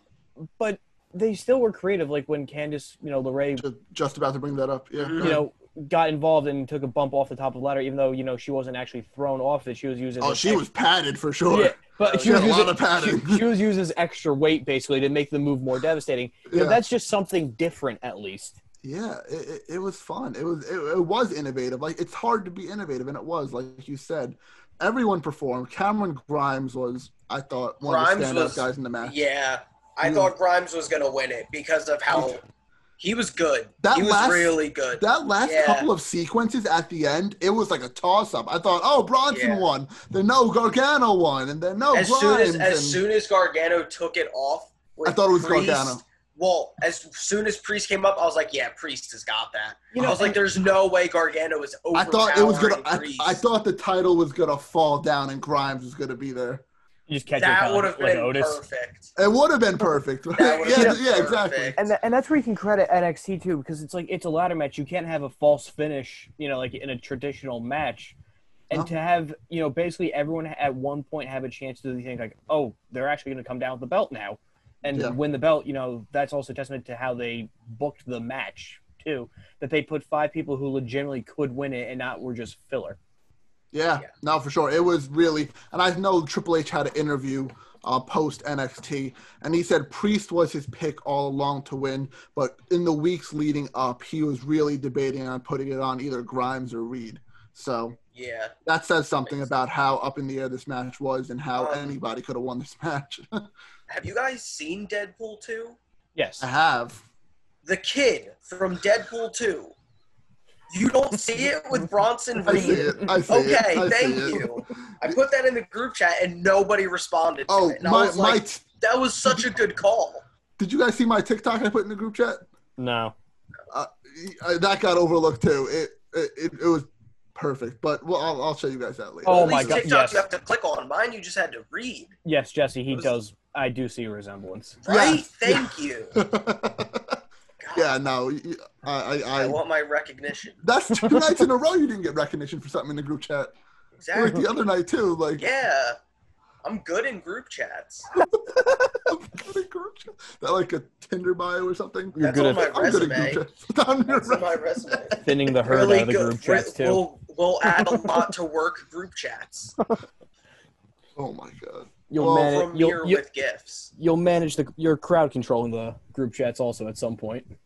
Speaker 2: but they still were creative. Like when Candice, you know, LeRae
Speaker 1: Just, just about to bring that up. Yeah, go
Speaker 3: You
Speaker 2: you
Speaker 1: ahead.
Speaker 2: know, got involved and took a bump off the top of the ladder, even though you know she wasn't actually thrown off it. She was using
Speaker 1: oh, she was padded for sure.
Speaker 2: yeah, but
Speaker 3: Oh,
Speaker 2: she,
Speaker 1: She had
Speaker 2: was
Speaker 1: Uh, a lot
Speaker 2: using,
Speaker 1: of padding.
Speaker 2: she, she was using this extra weight basically to make the move more devastating. You know,
Speaker 1: Yeah.
Speaker 2: that's just something different, at least.
Speaker 1: Yeah, it, it, it was fun. It was it, it was innovative. Like it's hard to be innovative, and it was like you said. Everyone performed. Cameron Grimes was, I thought, one of the
Speaker 3: Grimes
Speaker 1: standout
Speaker 3: was-
Speaker 1: guys in the match.
Speaker 3: Yeah, I
Speaker 1: Yeah.
Speaker 3: thought Grimes was gonna win it because of how he was good.
Speaker 1: That
Speaker 3: he was
Speaker 1: last-
Speaker 3: really good.
Speaker 1: That last
Speaker 3: Yeah.
Speaker 1: couple of sequences at the end, it was like a toss up. I thought, oh, Bronson
Speaker 3: Yeah.
Speaker 1: won. Then no, Gargano won, and then no,
Speaker 3: as
Speaker 1: Oh, Grimes.
Speaker 3: soon as as
Speaker 1: and-
Speaker 3: soon as Gargano took it off, with
Speaker 1: I thought it was
Speaker 3: Priest,
Speaker 1: Gargano.
Speaker 3: Well, as soon as Priest came up, I was like, yeah, Priest has got that.
Speaker 2: You
Speaker 3: I
Speaker 2: know,
Speaker 3: was like, there's no way Gargano is
Speaker 1: I
Speaker 3: overpowering
Speaker 1: thought it was gonna. I,
Speaker 3: Priest.
Speaker 1: I thought the title was gonna fall down, and Grimes was gonna be there.
Speaker 2: You just catch it
Speaker 3: that
Speaker 2: kinda
Speaker 3: would have
Speaker 2: like, like
Speaker 3: been
Speaker 2: Otis.
Speaker 3: perfect.
Speaker 1: It would have been perfect.
Speaker 3: <laughs> That
Speaker 1: yeah,
Speaker 3: would
Speaker 1: <laughs>
Speaker 3: have
Speaker 1: yeah,
Speaker 3: been
Speaker 1: exactly.
Speaker 3: perfect.
Speaker 2: And tha- and that's where you can credit NXT too, because it's like it's a ladder match. You can't have a false finish, you know, like in a traditional match. And
Speaker 1: No.
Speaker 2: to have you know basically everyone at one point have a chance to think like, oh, they're actually going to come down with the belt now, and
Speaker 1: Yeah.
Speaker 2: win the belt. You know, that's also testament to how they booked the match too. That they put five people who legitimately could win it and not were just filler.
Speaker 1: Yeah,
Speaker 3: Yeah.
Speaker 1: no, for sure. It was really, and I know Triple H had an interview uh, post NXT, and he said Priest was his pick all along to win, but in the weeks leading up, he was really debating on putting it on either Grimes or Reed. So
Speaker 3: Yeah.
Speaker 1: that says something about how up in the air this match was and how anybody could have won this match. <laughs>
Speaker 3: Have you guys seen Deadpool 2?
Speaker 2: Yes,
Speaker 1: I have.
Speaker 3: The kid from Deadpool 2. You don't see it with
Speaker 1: <laughs>
Speaker 3: Bronson
Speaker 1: I see
Speaker 3: Reed.
Speaker 1: it. I see
Speaker 3: Okay,
Speaker 1: it. I see
Speaker 3: thank
Speaker 1: it.
Speaker 3: you. I put that in the group chat and nobody responded. To
Speaker 1: Oh,
Speaker 3: it. And I
Speaker 1: my,
Speaker 3: was
Speaker 1: my
Speaker 3: like, that was such a good call.
Speaker 1: Did you guys see my TikTok I put in the group chat?
Speaker 2: no,
Speaker 1: Uh, that got overlooked too. It it, it, it was perfect, but well, I'll, I'll show you guys that later.
Speaker 2: Oh
Speaker 3: At
Speaker 2: my
Speaker 3: least
Speaker 2: God,
Speaker 3: TikToks
Speaker 2: yes.
Speaker 3: you have to click on. Mine you just had to read.
Speaker 2: yes, Jesse, he
Speaker 3: It was-
Speaker 2: does. I do see a resemblance.
Speaker 3: Right?
Speaker 1: Yes.
Speaker 2: <laughs>
Speaker 3: Thank you. God,
Speaker 1: <laughs> yeah, no, y- I, I,
Speaker 3: I
Speaker 1: I
Speaker 3: want my recognition.
Speaker 1: that's
Speaker 3: <laughs>
Speaker 1: two nights in a row you didn't get recognition for something in the group chat. Like
Speaker 2: <laughs>
Speaker 3: Exactly.
Speaker 1: the other night too, like <laughs>
Speaker 3: Yeah. I'm good in group chats.
Speaker 1: group chat. that like a Tinder bio or something.
Speaker 2: You're
Speaker 3: That's
Speaker 2: good
Speaker 3: on
Speaker 2: at-
Speaker 3: my
Speaker 1: I'm good
Speaker 3: resume.
Speaker 1: at group chats. <laughs> I'm
Speaker 3: <laughs> That's on
Speaker 1: good
Speaker 3: my
Speaker 1: at-
Speaker 2: <laughs>
Speaker 3: resume.
Speaker 2: Thinning the herd out of the group chats too. Uh,
Speaker 3: We'll, we'll add a
Speaker 2: <laughs>
Speaker 3: lot to work group chats.
Speaker 1: Oh my god.
Speaker 2: you'll
Speaker 1: well,
Speaker 2: man-
Speaker 3: From
Speaker 2: you'll-
Speaker 3: here
Speaker 2: you-
Speaker 3: with gifts.
Speaker 2: you'll manage the your crowd control in the group chats also at some point. <laughs>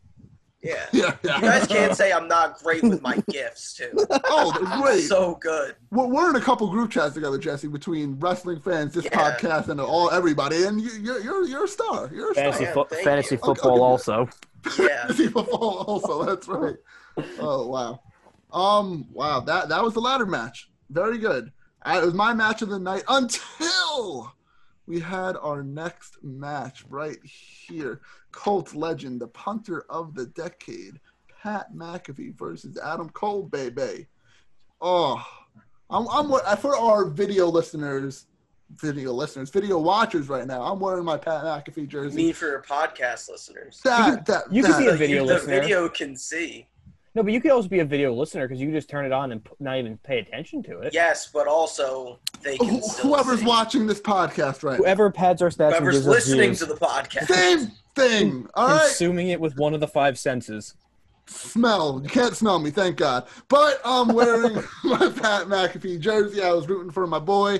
Speaker 3: Yeah.
Speaker 1: Yeah, yeah.
Speaker 3: You guys can't say I'm not great with my gifts too.
Speaker 1: Oh, they're great.
Speaker 3: So good.
Speaker 1: We're, we're in a couple group chats together, Jesse, between wrestling fans, this
Speaker 3: Yeah.
Speaker 1: podcast, and all everybody. And you, you're you're you're a star. You're a
Speaker 2: Fantasy,
Speaker 1: star.
Speaker 2: fo-
Speaker 3: thank
Speaker 2: fantasy
Speaker 3: you.
Speaker 1: Okay,
Speaker 2: football
Speaker 1: okay.
Speaker 2: also.
Speaker 1: <laughs>
Speaker 2: <laughs>
Speaker 3: Yeah.
Speaker 1: Fantasy football also. That's right. Oh wow. Um. Wow. That that was the ladder match. Very good. I, it was my match of the night until we had our next match right here. Colt legend, the punter of the decade, Pat McAfee versus Adam Cole, baby. Oh, I'm, I'm wa- for our video listeners, video listeners, video watchers right now. I'm wearing my Pat McAfee jersey.
Speaker 3: Me for your podcast listeners.
Speaker 1: that that
Speaker 2: you can
Speaker 1: that-
Speaker 2: be a video
Speaker 3: the
Speaker 2: listener.
Speaker 3: video can see.
Speaker 2: No, but you could also be a video listener because you can just turn it on and p- not even pay attention to it.
Speaker 3: Yes, but also they can
Speaker 1: Wh-
Speaker 3: still
Speaker 1: whoever's
Speaker 3: see.
Speaker 1: watching this podcast right now.
Speaker 2: Whoever pads our stats and
Speaker 3: Whoever's
Speaker 2: gives us
Speaker 3: listening
Speaker 2: views,
Speaker 3: to the podcast.
Speaker 1: Same thing. All right.
Speaker 2: consuming it with one of the five senses.
Speaker 1: Smell. You can't smell me, thank God. But I'm
Speaker 2: <laughs>
Speaker 1: wearing <laughs> my Pat McAfee jersey. I was rooting for my boy.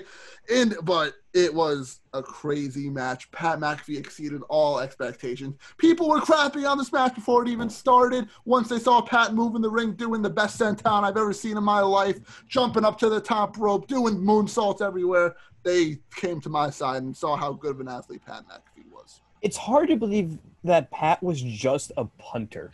Speaker 1: And but it was a crazy match. Pat McAfee exceeded all expectations. People were crapping on this match before it even started. Once they saw Pat move in the ring, doing the best senton I've ever seen in my life, jumping up to the top rope, doing moonsaults everywhere, they came to my side and saw how good of an athlete Pat McAfee was.
Speaker 2: It's hard to believe that Pat was just a punter.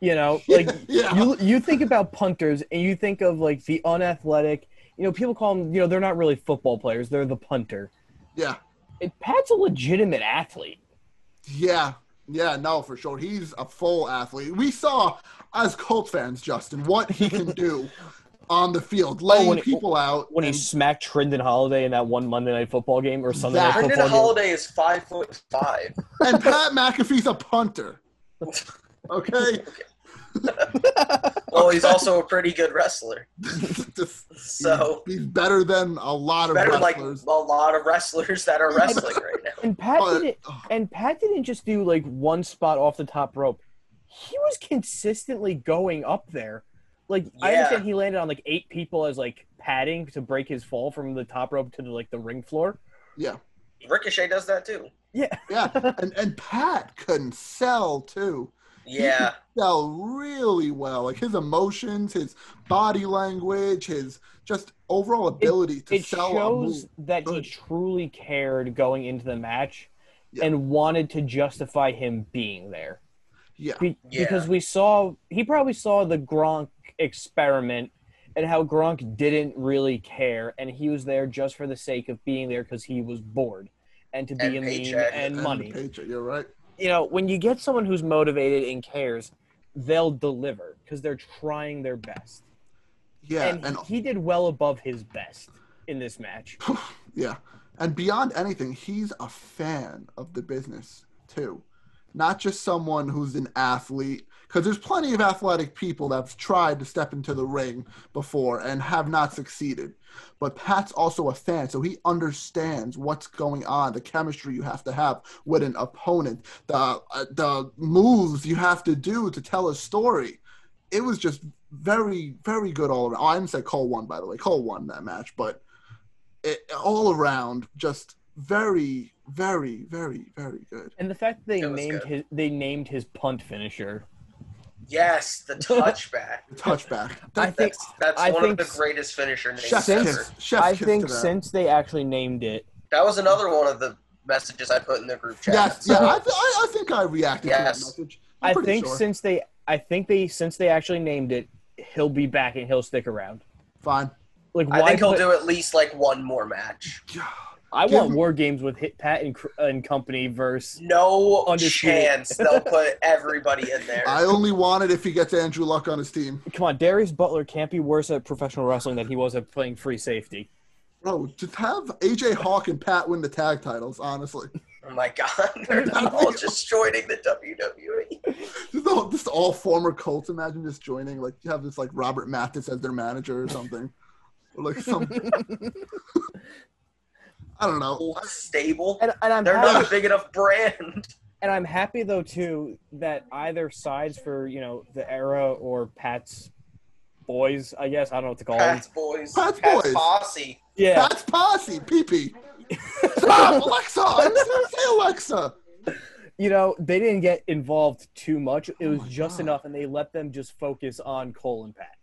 Speaker 2: You know, like
Speaker 1: <laughs> Yeah.
Speaker 2: you you think about punters and you think of like the unathletic. You know, people call them. You know, they're not really football players; they're the punter.
Speaker 1: Yeah.
Speaker 2: It, Pat's a legitimate athlete.
Speaker 1: Yeah, yeah, no, for sure. He's a full athlete. We saw as Colt fans, Justin, what he can
Speaker 2: <laughs>
Speaker 1: do on the field, laying
Speaker 2: Oh, when he-
Speaker 1: people out.
Speaker 2: when he
Speaker 1: and-
Speaker 2: smacked Trendon Holiday in that one Monday Night Football game or Sunday
Speaker 1: That-
Speaker 2: Night
Speaker 3: Brendan
Speaker 2: Football game.
Speaker 3: Holiday is five foot five.
Speaker 2: <laughs>
Speaker 1: and Pat McAfee's a punter.
Speaker 2: <laughs>
Speaker 1: Okay, <laughs>
Speaker 3: Well, he's also a pretty good wrestler.
Speaker 1: Just-
Speaker 3: So
Speaker 1: he's better than a lot of
Speaker 3: better like a
Speaker 1: wrestlers.
Speaker 3: lot of wrestlers that are wrestling
Speaker 1: <laughs>
Speaker 3: right now.
Speaker 2: And Pat
Speaker 1: But-
Speaker 2: didn't. And Pat didn't just do like one spot off the top rope. He was consistently going up there. Like I
Speaker 3: Yeah.
Speaker 2: understand he landed on like eight people as like padding to break his fall from the top rope to the, like the ring floor.
Speaker 1: yeah,
Speaker 3: Ricochet does that too.
Speaker 1: yeah, and and Pat can sell too.
Speaker 3: Yeah.
Speaker 1: Sell really well. Like his emotions, his body language, his just overall ability to
Speaker 2: It
Speaker 1: sell. a
Speaker 2: shows
Speaker 1: move.
Speaker 2: that he
Speaker 1: Good.
Speaker 2: truly cared going into the match
Speaker 1: Yeah.
Speaker 2: and wanted to justify him being there.
Speaker 1: Yeah,
Speaker 2: Be-
Speaker 3: Yeah.
Speaker 2: Because we saw he probably saw the Gronk experiment and how Gronk didn't really care, and he was there just for the sake of being there because he was bored and to be
Speaker 3: And
Speaker 2: a meme
Speaker 3: paycheck.
Speaker 2: and
Speaker 1: the
Speaker 2: money.
Speaker 1: paycheck, You're right.
Speaker 2: You know, when you get someone who's motivated and cares, they'll deliver because they're trying their best.
Speaker 1: Yeah,
Speaker 2: and he did well above his best in this match.
Speaker 1: Yeah. and beyond anything, he's a fan of the business too, not just someone who's an athlete. Because there's plenty of athletic people that have tried to step into the ring before and have not succeeded. But Pat's also a fan, so he understands what's going on, the chemistry you have to have with an opponent, the uh, the moves you have to do to tell a story. It was just very, very good all around. Oh, I didn't say Cole won, by the way. Cole won that match, but it, all around, just very, very, very, very good.
Speaker 2: And the fact that they
Speaker 3: That was
Speaker 2: named
Speaker 3: good.
Speaker 2: his they named his punt finisher.
Speaker 1: <laughs>
Speaker 3: Yes, the touchback.
Speaker 1: Touchback.
Speaker 2: <laughs> I think
Speaker 3: That's that's
Speaker 2: I
Speaker 3: one
Speaker 2: think
Speaker 3: of the greatest finisher names
Speaker 1: Chef's
Speaker 2: Since-
Speaker 3: ever.
Speaker 1: kiss. Chef's
Speaker 2: I
Speaker 1: kiss
Speaker 2: think
Speaker 1: to that.
Speaker 2: since they actually named it,
Speaker 3: That was another one of the messages I put in the group chat.
Speaker 1: Yes, yeah, I, th- I, I think I reacted to that
Speaker 3: Yes.
Speaker 1: message.
Speaker 2: i
Speaker 1: I'm pretty
Speaker 2: think
Speaker 1: sure.
Speaker 2: since they I think they since they actually named it, he'll be back and he'll stick around.
Speaker 1: Fine.
Speaker 2: Like why
Speaker 3: <laughs> I think he'll
Speaker 2: put-
Speaker 3: do at least like one more match.
Speaker 2: I
Speaker 1: Give
Speaker 2: want
Speaker 1: him-
Speaker 2: war games with Hit Pat and, Cr- and company versus
Speaker 3: No
Speaker 2: Undisputed.
Speaker 3: chance they'll
Speaker 1: <laughs>
Speaker 3: put everybody in there.
Speaker 1: I only want it if he gets Andrew Luck on his team.
Speaker 2: Come on, Darius Butler can't be worse at professional wrestling than he was at playing free safety.
Speaker 1: Bro, just have AJ Hawk and Pat win the tag titles, honestly. <laughs>
Speaker 3: oh my god, they're not all just joining the E. WWE.
Speaker 1: Just all, just all former Colts, imagine just joining. Like, you have this, like, Robert Mathis as their manager or something. Or, like, some.
Speaker 2: <laughs>
Speaker 1: <laughs> I don't know.
Speaker 3: Old stable.
Speaker 2: And, and I'm
Speaker 3: They're
Speaker 2: happy,
Speaker 3: not a big enough brand.
Speaker 2: and I'm happy though too that either sides for you know the era or Pat's boys, I guess I don't know what to call them.
Speaker 3: Pat's boys.
Speaker 1: Pat's Um, boys.
Speaker 3: posse. <laughs>
Speaker 2: Yeah,
Speaker 1: That's posse, pee pee. Stop, Alexa! I did not say Alexa!
Speaker 2: <laughs> you know they didn't get involved too much. It was
Speaker 1: my
Speaker 2: just
Speaker 1: God.
Speaker 2: enough, and they let them just focus on Cole and Pat.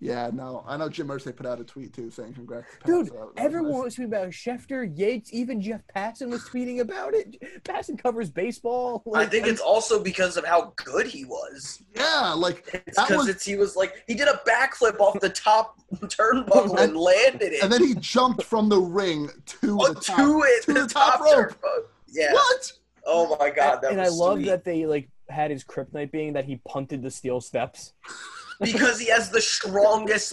Speaker 1: Yeah, no. I know Jim Irsay put out a tweet, too, saying congrats. to Pat,
Speaker 2: Dude,
Speaker 1: so that was nice.
Speaker 2: everyone was tweeting about it. Schefter, Yates, even Jeff Passon was tweeting about it. Passon covers baseball.
Speaker 3: I
Speaker 2: like-
Speaker 3: think it's also because of how good he was.
Speaker 1: Yeah, like,
Speaker 3: It's
Speaker 1: That was-
Speaker 3: because it's he was like he did a backflip off the top <laughs> turnbuckle and landed it
Speaker 1: and then he jumped from the ring to
Speaker 3: Oh,
Speaker 1: the top.
Speaker 3: to it
Speaker 1: to
Speaker 3: the,
Speaker 1: the
Speaker 3: top,
Speaker 1: top rope.
Speaker 3: turnbuckle. Yeah.
Speaker 1: What?
Speaker 3: Oh my god, that
Speaker 2: and I
Speaker 3: was
Speaker 2: love
Speaker 3: sweet.
Speaker 2: that they like had his kryptonite being that he punted the steel steps.
Speaker 3: because he has the strongest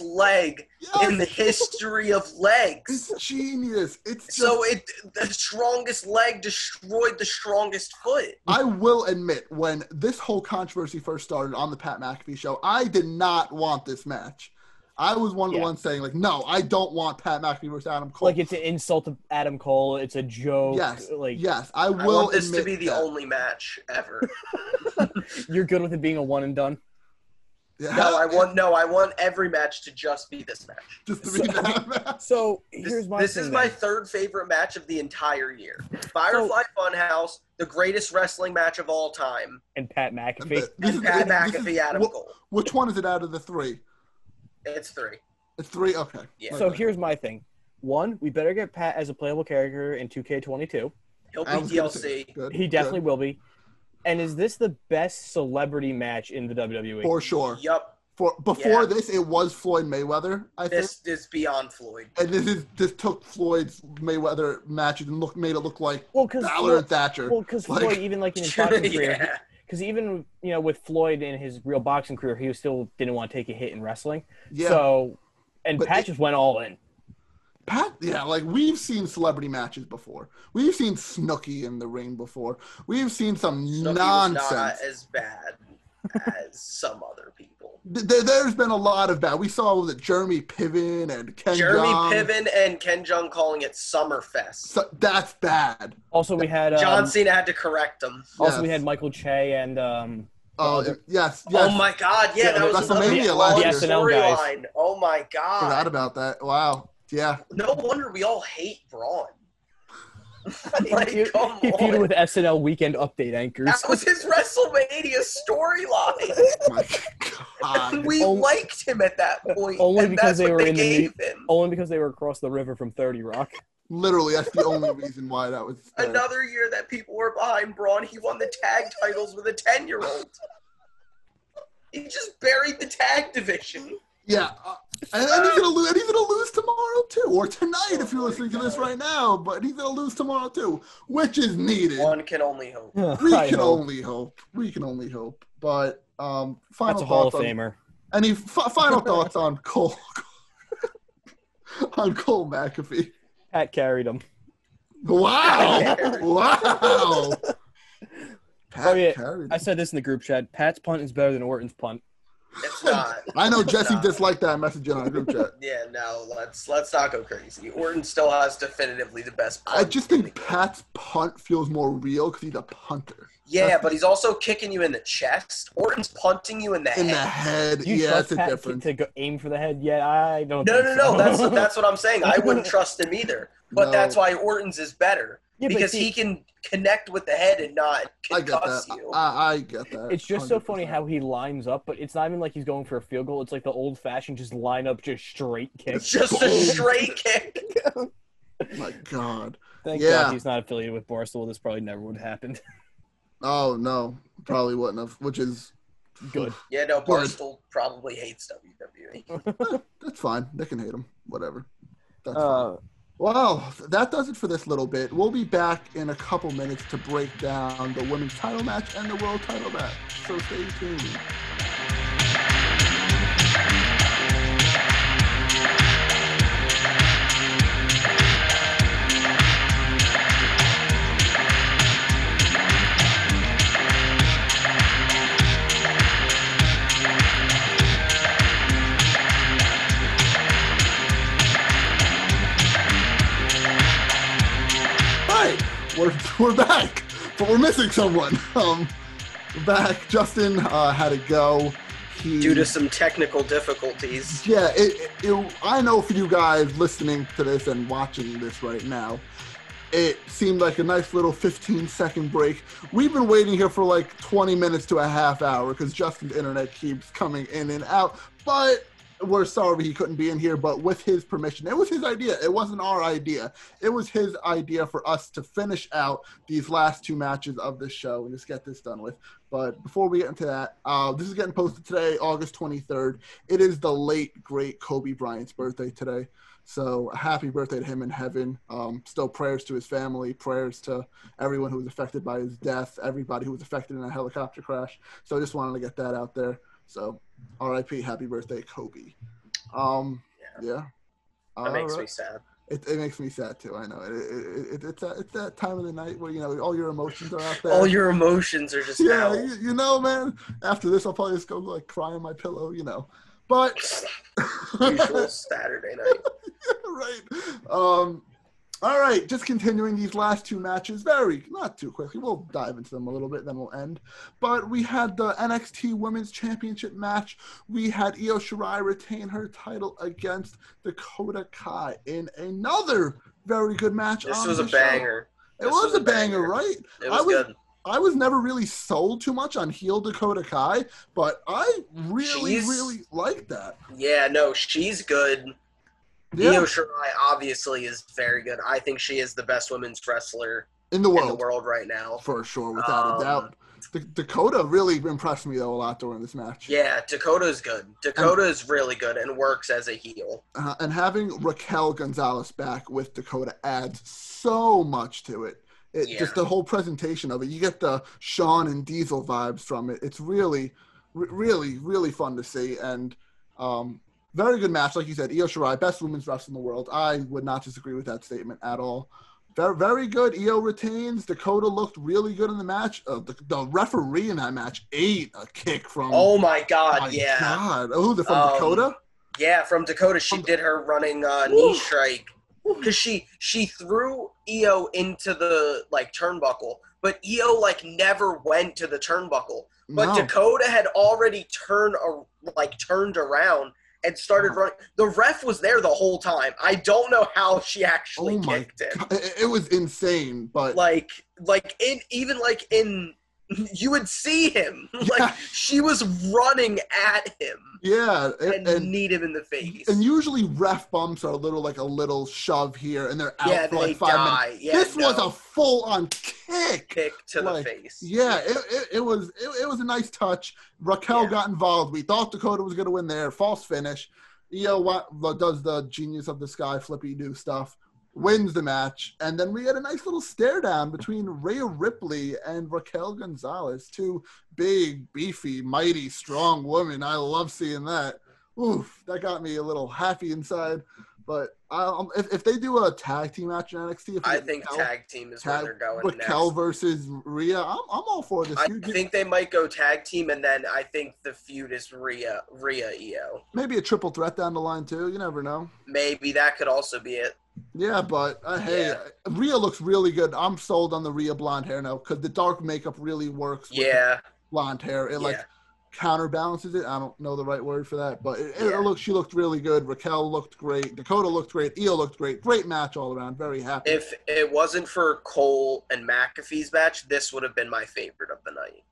Speaker 1: <laughs>
Speaker 3: leg in the
Speaker 1: Yes,
Speaker 3: history of legs.
Speaker 1: it's genius. It's just,
Speaker 3: So it the strongest leg destroyed the strongest foot.
Speaker 1: I will admit, when this whole controversy first started on the Pat McAfee show, I did not want this match. I was one of
Speaker 2: Yeah.
Speaker 1: the ones saying, like, no, I don't want Pat McAfee versus Adam Cole.
Speaker 2: Like it's an insult to Adam Cole. It's a joke.
Speaker 1: yes,
Speaker 2: Like
Speaker 1: yes, I will
Speaker 3: I want this to
Speaker 1: admit
Speaker 3: be the
Speaker 1: that.
Speaker 3: only match
Speaker 1: <laughs>
Speaker 3: ever.
Speaker 2: you're good with it being a one and done.
Speaker 1: Yeah,
Speaker 3: no, I want no, I want every match to just be this match.
Speaker 1: <laughs> just to be
Speaker 2: so-
Speaker 1: that match.
Speaker 2: So
Speaker 3: This,
Speaker 2: here's my.
Speaker 3: this
Speaker 2: thing
Speaker 3: is
Speaker 2: then.
Speaker 3: my third favorite match of the entire year. Firefly Funhouse, the greatest wrestling match of all time.
Speaker 2: and Pat McAfee.
Speaker 1: This is-
Speaker 3: Pat
Speaker 1: this is-
Speaker 3: McAfee, Adam
Speaker 1: wh-
Speaker 3: Cole.
Speaker 1: Which one is it out of the three?
Speaker 3: It's three.
Speaker 1: It's three? Okay.
Speaker 3: Yeah.
Speaker 2: So
Speaker 1: Okay.
Speaker 2: here's my thing. One, we better get Pat as a playable character in 2K22.
Speaker 3: He'll be
Speaker 1: I was gonna say,
Speaker 3: DLC.
Speaker 1: good,
Speaker 2: He
Speaker 1: good.
Speaker 2: definitely will be. And is this the best celebrity match in the E? WWE?
Speaker 1: For sure.
Speaker 3: Yup.
Speaker 1: For Before
Speaker 3: Yeah.
Speaker 1: this, it was Floyd Mayweather, I think.
Speaker 3: This is beyond Floyd.
Speaker 1: And this is this took Floyd's Mayweather matches and look made it look like
Speaker 2: well, because
Speaker 1: Balor and Thatcher.
Speaker 2: well, because
Speaker 1: Like-
Speaker 2: Floyd, even like in
Speaker 3: <laughs>
Speaker 2: his boxing career,
Speaker 3: yeah.
Speaker 2: because even you know with Floyd in his real boxing career, he was still didn't want to take a hit in wrestling.
Speaker 1: yeah,
Speaker 2: So, and
Speaker 1: But
Speaker 2: Pat
Speaker 1: it-
Speaker 2: just went all in.
Speaker 1: Pat. Yeah, like we've seen celebrity matches before. We've seen Snooki in the ring before. We've seen some
Speaker 3: Snooki
Speaker 1: nonsense.
Speaker 3: was not as bad as some other people.
Speaker 1: Th- there, there's been a lot of bad. We saw was it Jeremy Piven and Ken
Speaker 3: Jeremy
Speaker 1: Jong?
Speaker 3: Piven and Ken Jong calling it Summerfest.
Speaker 1: So, that's bad.
Speaker 2: Also, we had um,
Speaker 3: John Cena had to correct him.
Speaker 2: Also,
Speaker 1: Yes.
Speaker 2: we had Michael Che and
Speaker 3: <laughs>
Speaker 2: um,
Speaker 1: Oh
Speaker 2: Well,
Speaker 1: yes, yes.
Speaker 3: Oh my god, yeah,
Speaker 2: Yeah,
Speaker 3: that was another
Speaker 1: WrestleMania last
Speaker 3: flawed
Speaker 1: year.
Speaker 2: The SNL guys.
Speaker 3: storyline. Oh my
Speaker 1: Forgot
Speaker 3: god.
Speaker 1: about that. Wow. Yeah. <laughs>
Speaker 3: No wonder we all hate Braun.
Speaker 2: <laughs> he
Speaker 3: like,
Speaker 2: feud-
Speaker 3: come
Speaker 2: he feuded
Speaker 3: on.
Speaker 2: with SNL Weekend Update anchors.
Speaker 3: That was his WrestleMania
Speaker 1: <laughs>
Speaker 3: storyline.
Speaker 1: My God.
Speaker 3: <laughs> we
Speaker 2: Only-
Speaker 3: liked him at that point.
Speaker 2: Only
Speaker 3: and
Speaker 2: because
Speaker 3: that's
Speaker 2: they
Speaker 3: what
Speaker 2: were in the
Speaker 3: gave him.
Speaker 2: Only because they were across the river from Thirty Rock.
Speaker 1: Literally, that's the only reason why that was. there.
Speaker 3: Another year that people were behind Braun, he won the tag titles with a 10 year old. He just buried the tag division.
Speaker 1: Yeah, uh, and, and he's gonna lose. And he's gonna lose tomorrow too, or tonight if you're
Speaker 3: Oh my
Speaker 1: listening to this
Speaker 3: God.
Speaker 1: right now. But he's gonna lose tomorrow too, which is needed.
Speaker 3: <laughs> One can only hope.
Speaker 1: we
Speaker 2: I
Speaker 1: can
Speaker 2: hope.
Speaker 1: only hope. We can only hope. But um, final
Speaker 2: That's a Hall of
Speaker 1: thoughts on
Speaker 2: Famer.
Speaker 1: any f- final thoughts on Cole <laughs> on Cole McAfee.
Speaker 2: Pat carried him.
Speaker 1: Wow! wow! Pat
Speaker 2: Oh, yeah.
Speaker 1: Carradine.
Speaker 2: I said this in the group chat. Pat's punt is better than Orton's punt.
Speaker 1: <laughs>
Speaker 3: It's not.
Speaker 1: I know Jesse
Speaker 3: Nah.
Speaker 1: disliked that message in our group chat.
Speaker 3: Yeah, no. Let's let's not go crazy. Orton still has definitively the best.
Speaker 1: I
Speaker 3: punt
Speaker 1: just
Speaker 3: in the
Speaker 1: think Pat's punt feels more real because he's a punter.
Speaker 3: Yeah, but he's also kicking you in the chest. Orton's punting you in the
Speaker 1: In the head,
Speaker 3: head.
Speaker 2: Do you
Speaker 1: yeah,
Speaker 2: trust
Speaker 1: that's a
Speaker 2: Pat to-
Speaker 1: difference.
Speaker 2: to go aim for the head? Yeah, I don't.
Speaker 3: No, no,
Speaker 2: think
Speaker 3: no.
Speaker 1: <laughs>
Speaker 2: so. <laughs>
Speaker 3: That's that's what I'm saying. I wouldn't trust him either. But
Speaker 1: No.
Speaker 3: that's why Orton's is better
Speaker 2: yeah, but
Speaker 3: because
Speaker 2: see,
Speaker 3: he can connect with the head and not
Speaker 1: I get
Speaker 3: concuss
Speaker 1: that.
Speaker 3: you.
Speaker 1: I, I get that.
Speaker 2: It's just so funny
Speaker 1: 100%.
Speaker 2: how he lines up, but it's not even like he's going for a field goal. It's like the old-fashioned just line up, just straight kick.
Speaker 1: It's
Speaker 3: Just
Speaker 1: <laughs>
Speaker 3: a
Speaker 1: bold.
Speaker 3: straight kick.
Speaker 1: My God.
Speaker 2: Thank
Speaker 1: Yeah.
Speaker 2: God he's not affiliated with Barcelona. This probably never would have happened.
Speaker 1: Oh no, probably wouldn't have. Which is
Speaker 2: Good.
Speaker 3: Yeah, no.
Speaker 1: Word.
Speaker 3: Barstool probably hates E WWE.
Speaker 1: <sighs> That's fine. They can hate him. Whatever. That's fine.
Speaker 2: Uh,
Speaker 1: Well, that does it for this little bit. We'll be back in a couple minutes to break down the women's title match and the world title match. So stay tuned. Hi, we're <laughs> we're back, but we're missing someone. <laughs> Um, we're back. Justin uh, had to go. He,
Speaker 3: Due to some technical difficulties.
Speaker 1: yeah, it, it, it- I know for you guys listening to this and watching this right now, it seemed like a nice little 15 second break. We've been waiting here for like 20 minutes to a half hour because Justin's internet keeps coming in and out. But we're sorry he couldn't be in here, but with his permission, it was his idea. It wasn't our idea. It was his idea for us to finish out these last two matches of this show and just get this done with. But before we get into that, uh, this is getting posted today, August 23rd. It is the late, great Kobe Bryant's birthday today. So happy birthday to him in heaven. Um, still prayers to his family, prayers to everyone who was affected by his death, everybody who was affected in a helicopter crash. So I just wanted to get that out there. So RIP, happy birthday, Kobe. Um, yeah.
Speaker 3: That makes
Speaker 1: Alright.
Speaker 3: me sad.
Speaker 1: It, it makes me sad too. I know. It, it, it, it's, that, it's that time of the night where you know all your emotions are out there.
Speaker 3: All your emotions are just
Speaker 1: yeah,
Speaker 3: now.
Speaker 1: you, you know, man. After this, I'll probably just go like cry on my pillow, you know. But
Speaker 3: <laughs> Usual Saturday <laughs> night.
Speaker 1: <laughs> right. Um, all right, just continuing these last two matches very, not too quickly. We'll dive into them a little bit, then we'll end. But we had the NXT Women's Championship match. We had Io Shirai retain her title against Dakota Kai in another very good match.
Speaker 3: This
Speaker 1: on
Speaker 3: was a
Speaker 1: the show.
Speaker 3: banger.
Speaker 1: It
Speaker 3: This
Speaker 1: was, a banger, right?
Speaker 3: It
Speaker 1: Oh, I
Speaker 3: was
Speaker 1: was-
Speaker 3: good.
Speaker 1: I was never really sold too much on heel Dakota Kai, but I really,
Speaker 3: She's-
Speaker 1: really liked that.
Speaker 3: Yeah, no, she's good.
Speaker 1: Yeah,
Speaker 3: Io Shirai obviously is very good. I think she is the best women's wrestler
Speaker 1: in the
Speaker 3: in the
Speaker 1: world,
Speaker 3: world right now.
Speaker 1: for sure, without
Speaker 3: Um,
Speaker 1: a doubt. D- Dakota really impressed me though a lot during this match.
Speaker 3: Yeah, Dakota's good. Dakota is really good and works as a heel.
Speaker 1: Uh, and having Raquel Gonzalez back with Dakota adds so much to it. It
Speaker 3: Yeah.
Speaker 1: just the whole presentation of it. You get the Sean and Diesel vibes from it. It's really, re- really, really fun to see and um, very good match. Like you said, Io Shirai, best women's wrestler in the world. I would not disagree with that statement at all. Very, very good. Io retains. Dakota looked really good in the match. Uh, the, the referee in that match ate a kick from.
Speaker 3: Oh my god,
Speaker 1: my
Speaker 3: yeah.
Speaker 1: God. Who's it from?
Speaker 3: Um,
Speaker 1: Dakota.
Speaker 3: Yeah, from Dakota she did her running uh, knee
Speaker 1: Woo.
Speaker 3: strike cuz she she threw Io into the like turnbuckle, but Io like never went to the turnbuckle. But
Speaker 1: No.
Speaker 3: Dakota had already turned a, like turned around and started
Speaker 1: Wow.
Speaker 3: running. The ref was there the whole time. I don't know how she actually
Speaker 1: Oh my
Speaker 3: kicked it.
Speaker 1: God, it, it was insane, but
Speaker 3: Like like in even like in you would see him. <laughs> Like
Speaker 1: Yeah.
Speaker 3: she was running at him
Speaker 1: yeah,
Speaker 3: and,
Speaker 1: and, and
Speaker 3: kneed him in the face.
Speaker 1: and usually ref bumps are a little like a little shove here, and they're out
Speaker 3: yeah,
Speaker 1: for
Speaker 3: they
Speaker 1: like five minutes.
Speaker 3: die. Yeah,
Speaker 1: this was
Speaker 3: no.
Speaker 1: a full on kick.
Speaker 3: kick to
Speaker 1: like,
Speaker 3: the face.
Speaker 1: Yeah, it, it, it was it, it was a nice touch. Raquel
Speaker 3: Yeah.
Speaker 1: got involved. We thought Dakota was going to win there. False finish. Io wa- does the genius of the sky flippy do stuff, wins the match, and then we had a nice little stare down between Rhea Ripley and Raquel Gonzalez, two big, beefy, mighty, strong women. I love seeing that. Oof, that got me a little happy inside. But Um, if, if they do a tag team match in NXT, if
Speaker 3: I
Speaker 1: they
Speaker 3: think
Speaker 1: Cal-
Speaker 3: tag team is
Speaker 1: tag-
Speaker 3: where they're going
Speaker 1: with
Speaker 3: next.
Speaker 1: Cal versus Rhea, I'm, I'm all for this.
Speaker 3: I
Speaker 1: You give-
Speaker 3: think they might go tag team, and then I think the feud is Rhea, Rhea E EO.
Speaker 1: maybe a triple threat down the line too. You never know.
Speaker 3: Maybe that could also be it.
Speaker 1: Yeah, but uh, hey,
Speaker 3: Yeah.
Speaker 1: Rhea looks really good. I'm sold on the Rhea blonde hair now because the dark makeup really works. with
Speaker 3: Yeah,
Speaker 1: blonde hair. It like
Speaker 3: Yeah.
Speaker 1: counterbalances it. I don't know the right word for that, but it, it
Speaker 3: Yeah.
Speaker 1: looked. She looked really good. Raquel looked great. Dakota looked great. Io looked great. Great match all around. Very happy.
Speaker 3: if it wasn't for Cole and McAfee's match, this would have been my favorite of the night.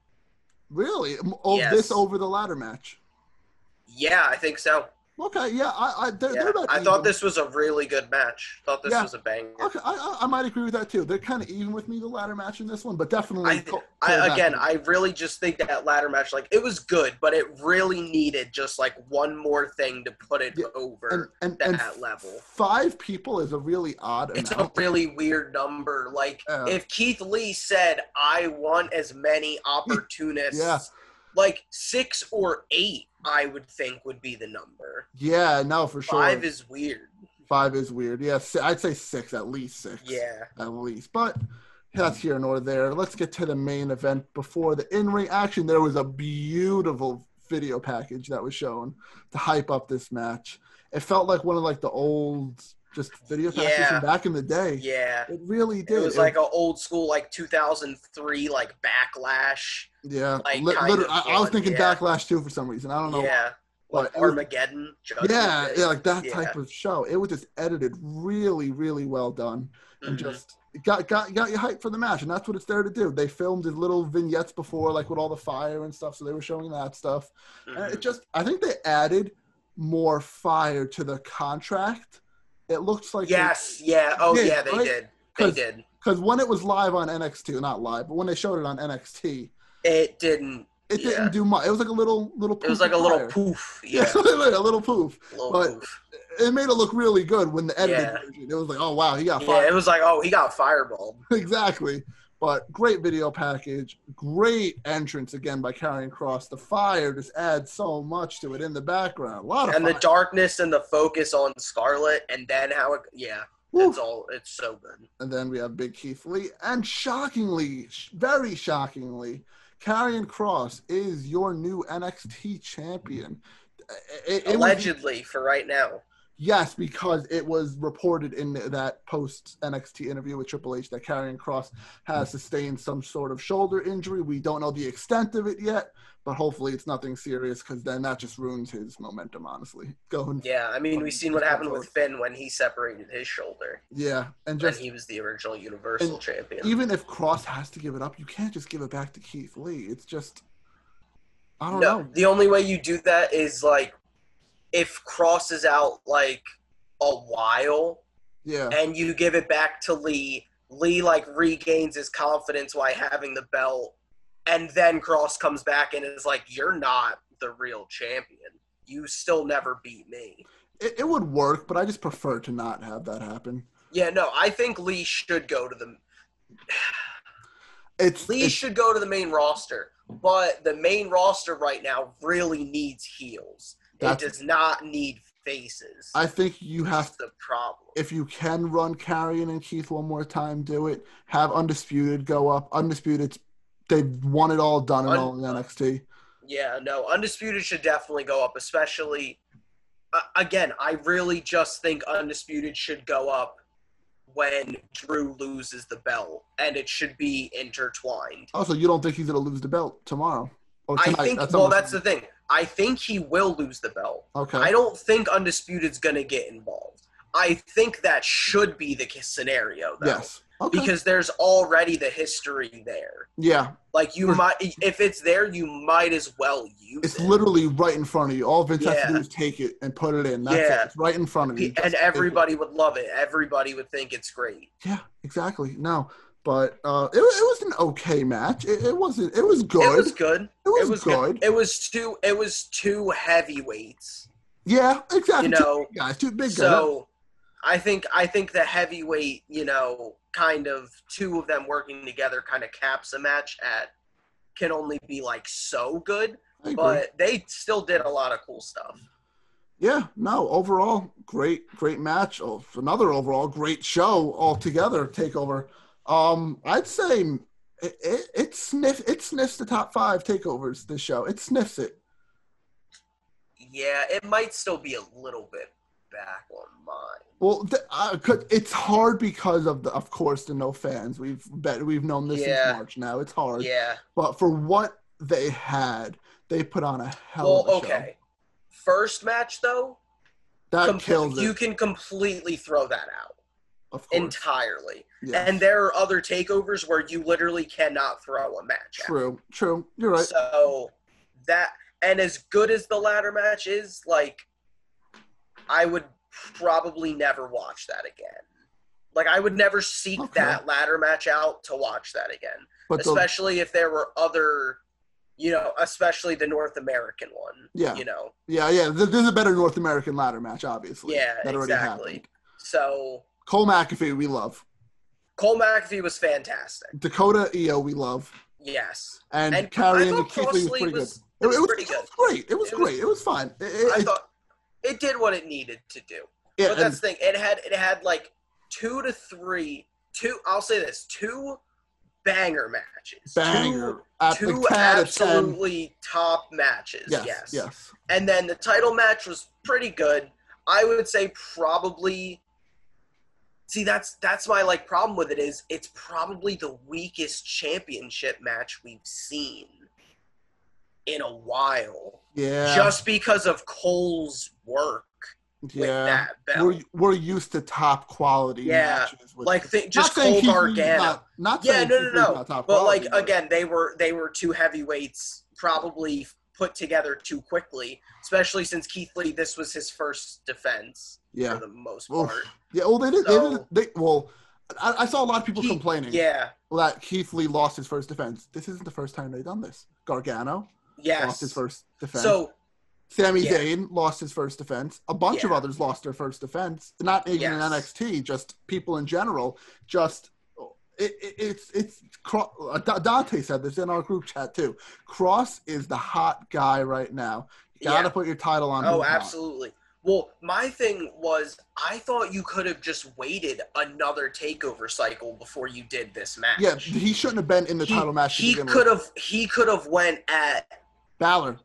Speaker 1: really, m- oh,
Speaker 3: Yes.
Speaker 1: this over the ladder match.
Speaker 3: Yeah, I think so.
Speaker 1: Okay, yeah, I, I, they're,
Speaker 3: Yeah.
Speaker 1: they're not
Speaker 3: I thought
Speaker 1: even.
Speaker 3: this was a really good match. Thought this
Speaker 1: Yeah.
Speaker 3: was a banger.
Speaker 1: Okay, I, I, I might agree with that too. They're kind of even with me the ladder match in this one, but definitely.
Speaker 3: I,
Speaker 1: Cole- Cole
Speaker 3: I again,
Speaker 1: Backlund.
Speaker 3: I really just think that ladder match, like it was good, but it really needed just like one more thing to put it
Speaker 1: Yeah, and,
Speaker 3: over
Speaker 1: and,
Speaker 3: that
Speaker 1: and
Speaker 3: level.
Speaker 1: Five people is a really odd
Speaker 3: It's a
Speaker 1: amount.
Speaker 3: really weird number. Like
Speaker 1: Yeah.
Speaker 3: if Keith Lee said, "I want as many opportunists,"
Speaker 1: Yeah.
Speaker 3: like six or eight, I would think would be the number.
Speaker 1: yeah, no, for sure.
Speaker 3: Five is weird.
Speaker 1: Five is weird. Yeah, si- I'd say six at least six.
Speaker 3: Yeah.
Speaker 1: at least. But that's here nor there. Let's get to the main event. Before the in ring action, there was a beautiful video package that was shown to hype up this match. It felt like one of like the old just video packages
Speaker 3: Yeah.
Speaker 1: from back in the day.
Speaker 3: Yeah.
Speaker 1: It really
Speaker 3: It
Speaker 1: did.
Speaker 3: was like an old school, like 2003, like backlash.
Speaker 1: yeah,
Speaker 3: like,
Speaker 1: Lit-
Speaker 3: kind
Speaker 1: liter-
Speaker 3: of
Speaker 1: I, I was
Speaker 3: one,
Speaker 1: thinking
Speaker 3: yeah.
Speaker 1: backlash too for some reason. I don't know.
Speaker 3: Yeah.
Speaker 1: But
Speaker 3: Like
Speaker 1: it was-
Speaker 3: Armageddon. Judgment
Speaker 1: yeah,
Speaker 3: Day.
Speaker 1: yeah, like that
Speaker 3: Yeah.
Speaker 1: type of show. It was just edited really, really well done. and
Speaker 3: Mhm.
Speaker 1: just got got got you hyped for the match, and that's what it's there to do. They filmed the little vignettes before, like with all the fire and stuff, so they were showing that stuff. And it
Speaker 3: Mhm.
Speaker 1: just, I think they added more fire to the contract. It looks like
Speaker 3: Yes, yeah. Oh,
Speaker 1: did,
Speaker 3: yeah, they
Speaker 1: right?
Speaker 3: did. They
Speaker 1: 'Cause-
Speaker 3: did.
Speaker 1: because when it was live on NXT, not live, but when they showed it on NXT,
Speaker 3: It didn't.
Speaker 1: it
Speaker 3: Yeah.
Speaker 1: didn't do much. It was like a little little.
Speaker 3: It was
Speaker 1: poof
Speaker 3: like a
Speaker 1: of
Speaker 3: little
Speaker 1: fire.
Speaker 3: poof.
Speaker 1: <laughs> Yeah,
Speaker 3: Yeah.
Speaker 1: a little poof.
Speaker 3: little
Speaker 1: but-
Speaker 3: poof.
Speaker 1: It made it look really good when the edited
Speaker 3: Yeah.
Speaker 1: version. It was like, oh wow, he got
Speaker 3: Yeah,
Speaker 1: fired. <laughs>
Speaker 3: it was like, oh, he got fireballed.
Speaker 1: exactly. But great video package, great entrance again by Carrying Cross. The fire just adds so much to it in the background. A lot of
Speaker 3: And the
Speaker 1: fire.
Speaker 3: darkness and the focus on Scarlet, and then how it, yeah,
Speaker 1: Woo.
Speaker 3: it's all, it's so good.
Speaker 1: and then we have Big Keith Lee, and shockingly, sh- very shockingly, Carrying Cross is your new NXT champion. It, it- it was-
Speaker 3: Allegedly, for right now.
Speaker 1: yes, because it was reported in that post NXT interview with Triple H that Karrion Cross has sustained some sort of shoulder injury. We don't know the extent of it yet, but hopefully it's nothing serious because then that just ruins his momentum, honestly. Going,
Speaker 3: Yeah, I mean, we've seen what happened with Finn when he separated his shoulder,
Speaker 1: yeah, and
Speaker 3: and
Speaker 1: just
Speaker 3: he was the original Universal
Speaker 1: And
Speaker 3: Champion.
Speaker 1: even if Cross has to give it up, you can't just give it back to Keith Lee. It's just, I don't
Speaker 3: No,
Speaker 1: know.
Speaker 3: the only way you do that is like if Cross is out like a while,
Speaker 1: Yeah,
Speaker 3: and you give it back to Lee. Lee like regains his confidence while having the belt, and then Cross comes back and is like, "You're not the real champion. You still never beat me."
Speaker 1: it, it would work, but I just prefer to not have that happen.
Speaker 3: Yeah, no, I think Lee should go to the
Speaker 1: It's,
Speaker 3: Lee
Speaker 1: it's
Speaker 3: should go to the main roster, but the main roster right now really needs heels. It
Speaker 1: That's-
Speaker 3: does not need faces.
Speaker 1: I think you have
Speaker 3: That's the problem.
Speaker 1: if you can run Carrion and Keith one more time, do it. Have Undisputed go up. Undisputed, they've won it all, done it
Speaker 3: Un-
Speaker 1: all in NXT.
Speaker 3: Yeah, no, Undisputed should definitely go up, especially. Uh, again, I really just think Undisputed should go up when Drew loses the belt, and it should be intertwined.
Speaker 1: Also, you don't think he's going to lose the belt tomorrow or
Speaker 3: I
Speaker 1: tonight?
Speaker 3: think, well,
Speaker 1: almost-
Speaker 3: that's the thing. I think he will lose the belt.
Speaker 1: okay.
Speaker 3: I don't think Undisputed's going to get involved. I think that should be the ca- scenario, though,
Speaker 1: yes. Okay.
Speaker 3: because there's already the history there.
Speaker 1: yeah,
Speaker 3: Like, you
Speaker 1: For-
Speaker 3: might, if it's there, you might as well use
Speaker 1: it's
Speaker 3: it.
Speaker 1: literally right in front of you. All Vince has to
Speaker 3: Yeah.
Speaker 1: do is take it and put it in. That's
Speaker 3: Yeah.
Speaker 1: it. It's right in front of you. Just
Speaker 3: and
Speaker 1: take it.
Speaker 3: everybody would love it. Everybody would think it's great.
Speaker 1: Yeah, exactly. No, but uh, it, it was an okay match. It, it wasn't. It was good.
Speaker 3: It was good. It was
Speaker 1: good.
Speaker 3: good. It was two. It was two heavyweights.
Speaker 1: Yeah,
Speaker 3: You
Speaker 1: exactly. Two
Speaker 3: know,
Speaker 1: big guys, two big guys.
Speaker 3: so I think I think the heavyweight, you know, kind of two of them working together kind of caps a match at can only be like so good,
Speaker 1: I agree.
Speaker 3: but they still did a lot of cool stuff.
Speaker 1: yeah, no, overall, great, great match. Oh, another overall great show altogether. Takeover. Um, I'd say it, it, it sniff it sniffs the top five takeovers this show. It sniffs it.
Speaker 3: Yeah, it might still be a little bit back on mine.
Speaker 1: Well, th- uh, 'cause it's hard because of the, of course, the no fans. We've bet we've known this
Speaker 3: Yeah.
Speaker 1: since March now. It's hard,
Speaker 3: Yeah.
Speaker 1: but for what they had, they put on a hell
Speaker 3: Well,
Speaker 1: of a
Speaker 3: okay. First match
Speaker 1: show.
Speaker 3: though,
Speaker 1: That
Speaker 3: com-
Speaker 1: kills it.
Speaker 3: you can completely throw that out
Speaker 1: of course,
Speaker 3: entirely.
Speaker 1: yeah.
Speaker 3: And there are other takeovers where you literally cannot throw a match out.
Speaker 1: true, true. You're right.
Speaker 3: So that and as good as the ladder match is, like I would probably never watch that again. Like I would never seek
Speaker 1: Okay.
Speaker 3: that ladder match out to watch that again.
Speaker 1: But the,
Speaker 3: especially if there were other you know, especially the North American one.
Speaker 1: Yeah.
Speaker 3: You know.
Speaker 1: yeah, yeah. th- There's a better North American ladder match, obviously.
Speaker 3: Yeah,
Speaker 1: that already
Speaker 3: exactly.
Speaker 1: happened.
Speaker 3: So
Speaker 1: Cole McAfee, we love.
Speaker 3: Cole McAfee was fantastic.
Speaker 1: Dakota Io, we love.
Speaker 3: Yes.
Speaker 1: And,
Speaker 3: And
Speaker 1: Carrie and
Speaker 3: I thought
Speaker 1: Keithley was
Speaker 3: Crossley
Speaker 1: pretty good.
Speaker 3: was,
Speaker 1: It, it
Speaker 3: was
Speaker 1: was
Speaker 3: pretty
Speaker 1: It
Speaker 3: good.
Speaker 1: was great. It was
Speaker 3: It was-
Speaker 1: great. it was fine. It, it-
Speaker 3: I
Speaker 1: it-
Speaker 3: thought it did what it needed to do.
Speaker 1: yeah,
Speaker 3: but
Speaker 1: and-
Speaker 3: that's the thing. It had it had like two to three, two. I'll say this: two banger matches,
Speaker 1: banger
Speaker 3: two,
Speaker 1: at
Speaker 3: two
Speaker 1: the cat at 10.
Speaker 3: absolutely top matches.
Speaker 1: Yes,
Speaker 3: Yes,
Speaker 1: yes,
Speaker 3: And then the title match was pretty good. I would say probably. See, that's that's my like problem with it is it's probably the weakest championship match we've seen in a while,
Speaker 1: yeah,
Speaker 3: just because of Cole's work with
Speaker 1: yeah.
Speaker 3: that belt.
Speaker 1: We're we're used to top quality
Speaker 3: Yeah,
Speaker 1: matches. With
Speaker 3: like th-
Speaker 1: not
Speaker 3: just
Speaker 1: saying
Speaker 3: Cole
Speaker 1: Keith Lee's
Speaker 3: Gargano.
Speaker 1: Not, not
Speaker 3: Yeah,
Speaker 1: saying
Speaker 3: no,
Speaker 1: Keith
Speaker 3: no,
Speaker 1: Lee's
Speaker 3: no.
Speaker 1: not top
Speaker 3: but like
Speaker 1: quality,
Speaker 3: again, they were they were two heavyweights probably put together too quickly, especially since Keith Lee this was his first defense
Speaker 1: yeah,
Speaker 3: for the most
Speaker 1: Oof.
Speaker 3: part.
Speaker 1: yeah. Well, they did. they
Speaker 3: So-
Speaker 1: did. They, well, I, I saw a lot of people
Speaker 3: Keith-
Speaker 1: complaining
Speaker 3: Yeah.
Speaker 1: that Keith Lee lost his first defense. This isn't the first time they've done this. Gargano lost his
Speaker 3: Yes.
Speaker 1: first defense.
Speaker 3: So
Speaker 1: Sami
Speaker 3: Yeah.
Speaker 1: Zayn lost his first defense. A bunch of
Speaker 3: Yeah.
Speaker 1: others lost their first defense. Not even in
Speaker 3: Yes.
Speaker 1: NXT, just people in general. Just it, it, it's it's Cro- uh, Da- Dante said this in our group chat too. Cross is the hot guy right now. You gotta
Speaker 3: yeah.
Speaker 1: put your title on.
Speaker 3: Oh,
Speaker 1: him now.
Speaker 3: absolutely. Well, my thing was I thought you could have just waited another takeover cycle before you did this match.
Speaker 1: Yeah, he shouldn't have been in the
Speaker 3: He-
Speaker 1: title match. to
Speaker 3: He
Speaker 1: begin
Speaker 3: could
Speaker 1: with.
Speaker 3: have he could have went at
Speaker 1: Balor.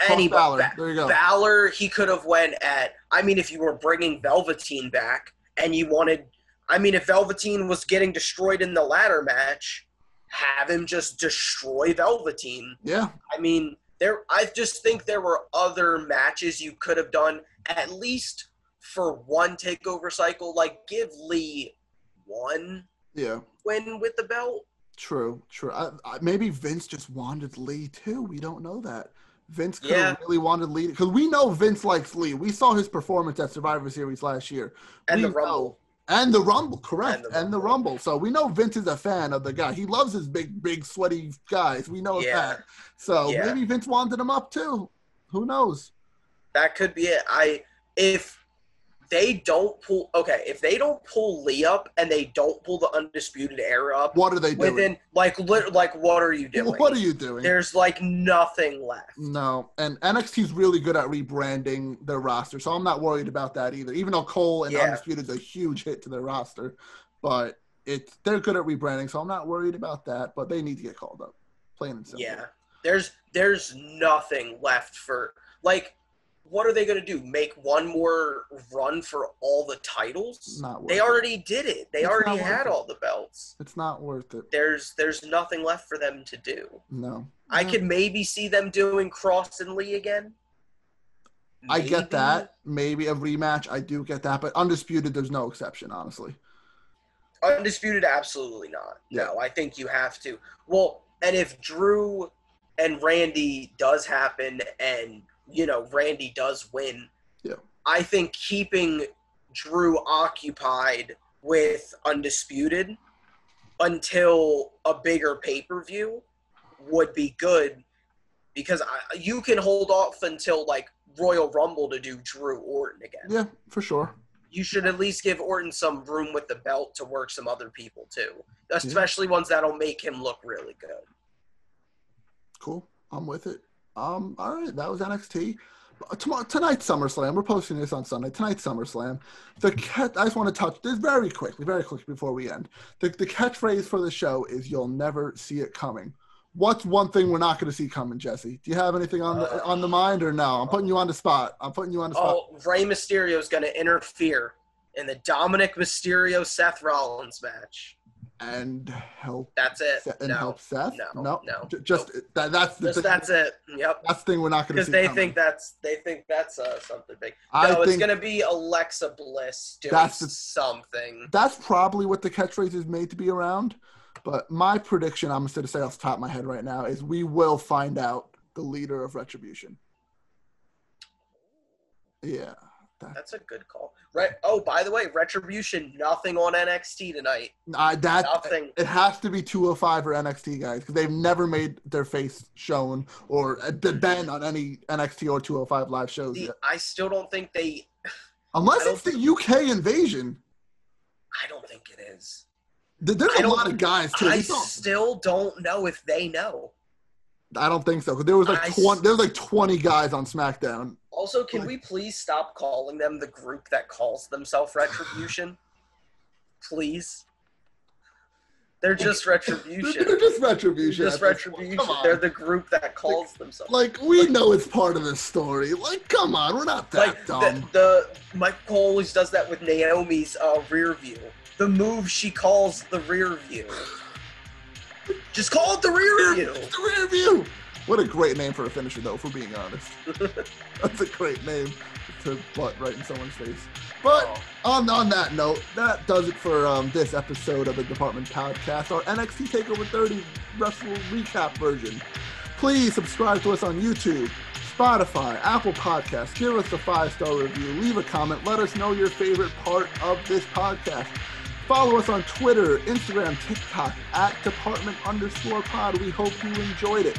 Speaker 1: Any
Speaker 3: anybody.
Speaker 1: Balor. There you go.
Speaker 3: Balor, he could have went at. I mean, if you were bringing Velveteen back and you wanted, I mean, if Velveteen was getting destroyed in the ladder match, have him just destroy Velveteen.
Speaker 1: yeah,
Speaker 3: I mean, there. I just think there were other matches you could have done at least for one takeover cycle. Like give Lee one
Speaker 1: yeah.
Speaker 3: win with the belt.
Speaker 1: True, true. I, I, maybe Vince just wanted Lee too. We don't know that. Vince could
Speaker 3: Yeah.
Speaker 1: have really wanted Lee because we know Vince likes Lee. We saw his performance at Survivor Series last year
Speaker 3: And
Speaker 1: We
Speaker 3: the Rumble.
Speaker 1: know- and the Rumble, correct,
Speaker 3: And
Speaker 1: and
Speaker 3: the
Speaker 1: the, Rumble. So we know Vince is a fan of the guy. He loves his big, big, sweaty guys. We know
Speaker 3: Yeah.
Speaker 1: that. So
Speaker 3: Yeah.
Speaker 1: maybe Vince wanted him up too. Who knows?
Speaker 3: That could be it. I if they don't pull okay, if they don't pull Lee up and they don't pull the undisputed era up
Speaker 1: What are they doing?
Speaker 3: within like lit, like what are you doing?
Speaker 1: what are you doing? Mm,
Speaker 3: There's like nothing left.
Speaker 1: No, and NXT's really good at rebranding their roster, so I'm not worried about that either. Even though Cole and
Speaker 3: Yeah.
Speaker 1: Undisputed's a huge hit to their roster, but it's they're good at rebranding, so I'm not worried about that. But they need to get called up, plain and simple.
Speaker 3: Yeah. There's there's nothing left for like what are they going to do? Make one more run for all the titles?
Speaker 1: not worth.
Speaker 3: they
Speaker 1: it.
Speaker 3: already did it. They
Speaker 1: It's
Speaker 3: already
Speaker 1: not
Speaker 3: had
Speaker 1: worth it.
Speaker 3: all the belts.
Speaker 1: It's not worth it.
Speaker 3: There's there's nothing left for them to do.
Speaker 1: No,
Speaker 3: I
Speaker 1: No.
Speaker 3: could maybe see them doing Cross and Lee again.
Speaker 1: I
Speaker 3: Maybe.
Speaker 1: get that. Maybe a rematch. I do get that, but Undisputed, there's no exception, honestly.
Speaker 3: Undisputed, absolutely not. No, I think you have to. Well, and if Drew and Randy does happen and, you know, Randy does win,
Speaker 1: Yeah.
Speaker 3: I think keeping Drew occupied with Undisputed until a bigger pay per view would be good because I, you can hold off until, like, Royal Rumble to do Drew Orton again.
Speaker 1: Yeah, for sure.
Speaker 3: you should at least give Orton some room with the belt to work some other people too, especially ones that'll make him look really good.
Speaker 1: Cool. I'm with it. Um, all right, that was NXT. tomorrow, tonight SummerSlam. We're posting this on Sunday. Tonight SummerSlam. The cat. I just want to touch this very quickly, very quickly before we end. The, the catchphrase for the show is "You'll never see it coming." What's one thing we're not going to see coming, Jesse? Do you have anything on the, on the mind or no? I'm putting you on the spot. I'm putting you on the spot.
Speaker 3: Oh, Rey Mysterio is going to interfere in the Dominic Mysterio Seth Rollins match.
Speaker 1: And help
Speaker 3: That's it.
Speaker 1: Se- and
Speaker 3: Uh, no,
Speaker 1: help Seth.
Speaker 3: No, no,
Speaker 1: J- just that, that's the
Speaker 3: Just
Speaker 1: thing,
Speaker 3: that's it. Yep.
Speaker 1: that's the thing we're not going to
Speaker 3: Because
Speaker 1: see.
Speaker 3: they
Speaker 1: coming.
Speaker 3: think that's they think that's uh, something big.
Speaker 1: I
Speaker 3: no, it's
Speaker 1: think-
Speaker 3: gonna be Alexa Bliss doing
Speaker 1: That's the-
Speaker 3: something.
Speaker 1: that's probably what the catchphrase is made to be around. But my prediction, I'm just going to say off the top of my head right now, is we will find out the leader of Retribution. Yeah.
Speaker 3: That's a good call. Right. Oh, by the way, Retribution nothing on NXT tonight.
Speaker 1: I, that
Speaker 3: Nothing.
Speaker 1: It has to be 205 or NXT guys because they've never made their face shown or uh, been on any NXT or 205 live shows
Speaker 3: The,
Speaker 1: yet.
Speaker 3: I still don't think they.
Speaker 1: Unless
Speaker 3: I don't
Speaker 1: it's the UK invasion.
Speaker 3: I don't think it is.
Speaker 1: Th- There's
Speaker 3: I
Speaker 1: a
Speaker 3: don't-
Speaker 1: lot of guys too.
Speaker 3: I
Speaker 1: You don't-
Speaker 3: still don't know if they know.
Speaker 1: I don't think so. 'cause There was
Speaker 3: I
Speaker 1: like
Speaker 3: s-
Speaker 1: 20, there was like 20 guys on SmackDown.
Speaker 3: Also, can
Speaker 1: Like-
Speaker 3: we please stop calling them the group that calls
Speaker 1: <sighs>
Speaker 3: themselves Retribution? please. They're just Retribution.
Speaker 1: <laughs> They're just retribution.
Speaker 3: just
Speaker 1: at this point.
Speaker 3: Retribution.
Speaker 1: Come on.
Speaker 3: They're the group that calls themselves.
Speaker 1: like we know it's part of the story. Like, come on, we're not that
Speaker 3: Like the,
Speaker 1: dumb.
Speaker 3: the Michael always does that with Naomi's uh, rear view. The move she calls the rear view.
Speaker 1: <sighs>
Speaker 3: Just call it the rear view.
Speaker 1: It's the rear view. What a great name for a finisher, though. If we're being
Speaker 3: <laughs>
Speaker 1: honest, that's a great name to butt right in someone's face. But
Speaker 3: Oh.
Speaker 1: on on that note, that does it for um, this episode of the Department Podcast, our NXT Takeover 30 Wrestle Recap version. Please subscribe to us on YouTube, Spotify, Apple Podcasts. Give us a five star review. Leave a comment. Let us know your favorite part of this podcast. Follow us on Twitter, Instagram, TikTok at Department underscore Pod. We hope you enjoyed it.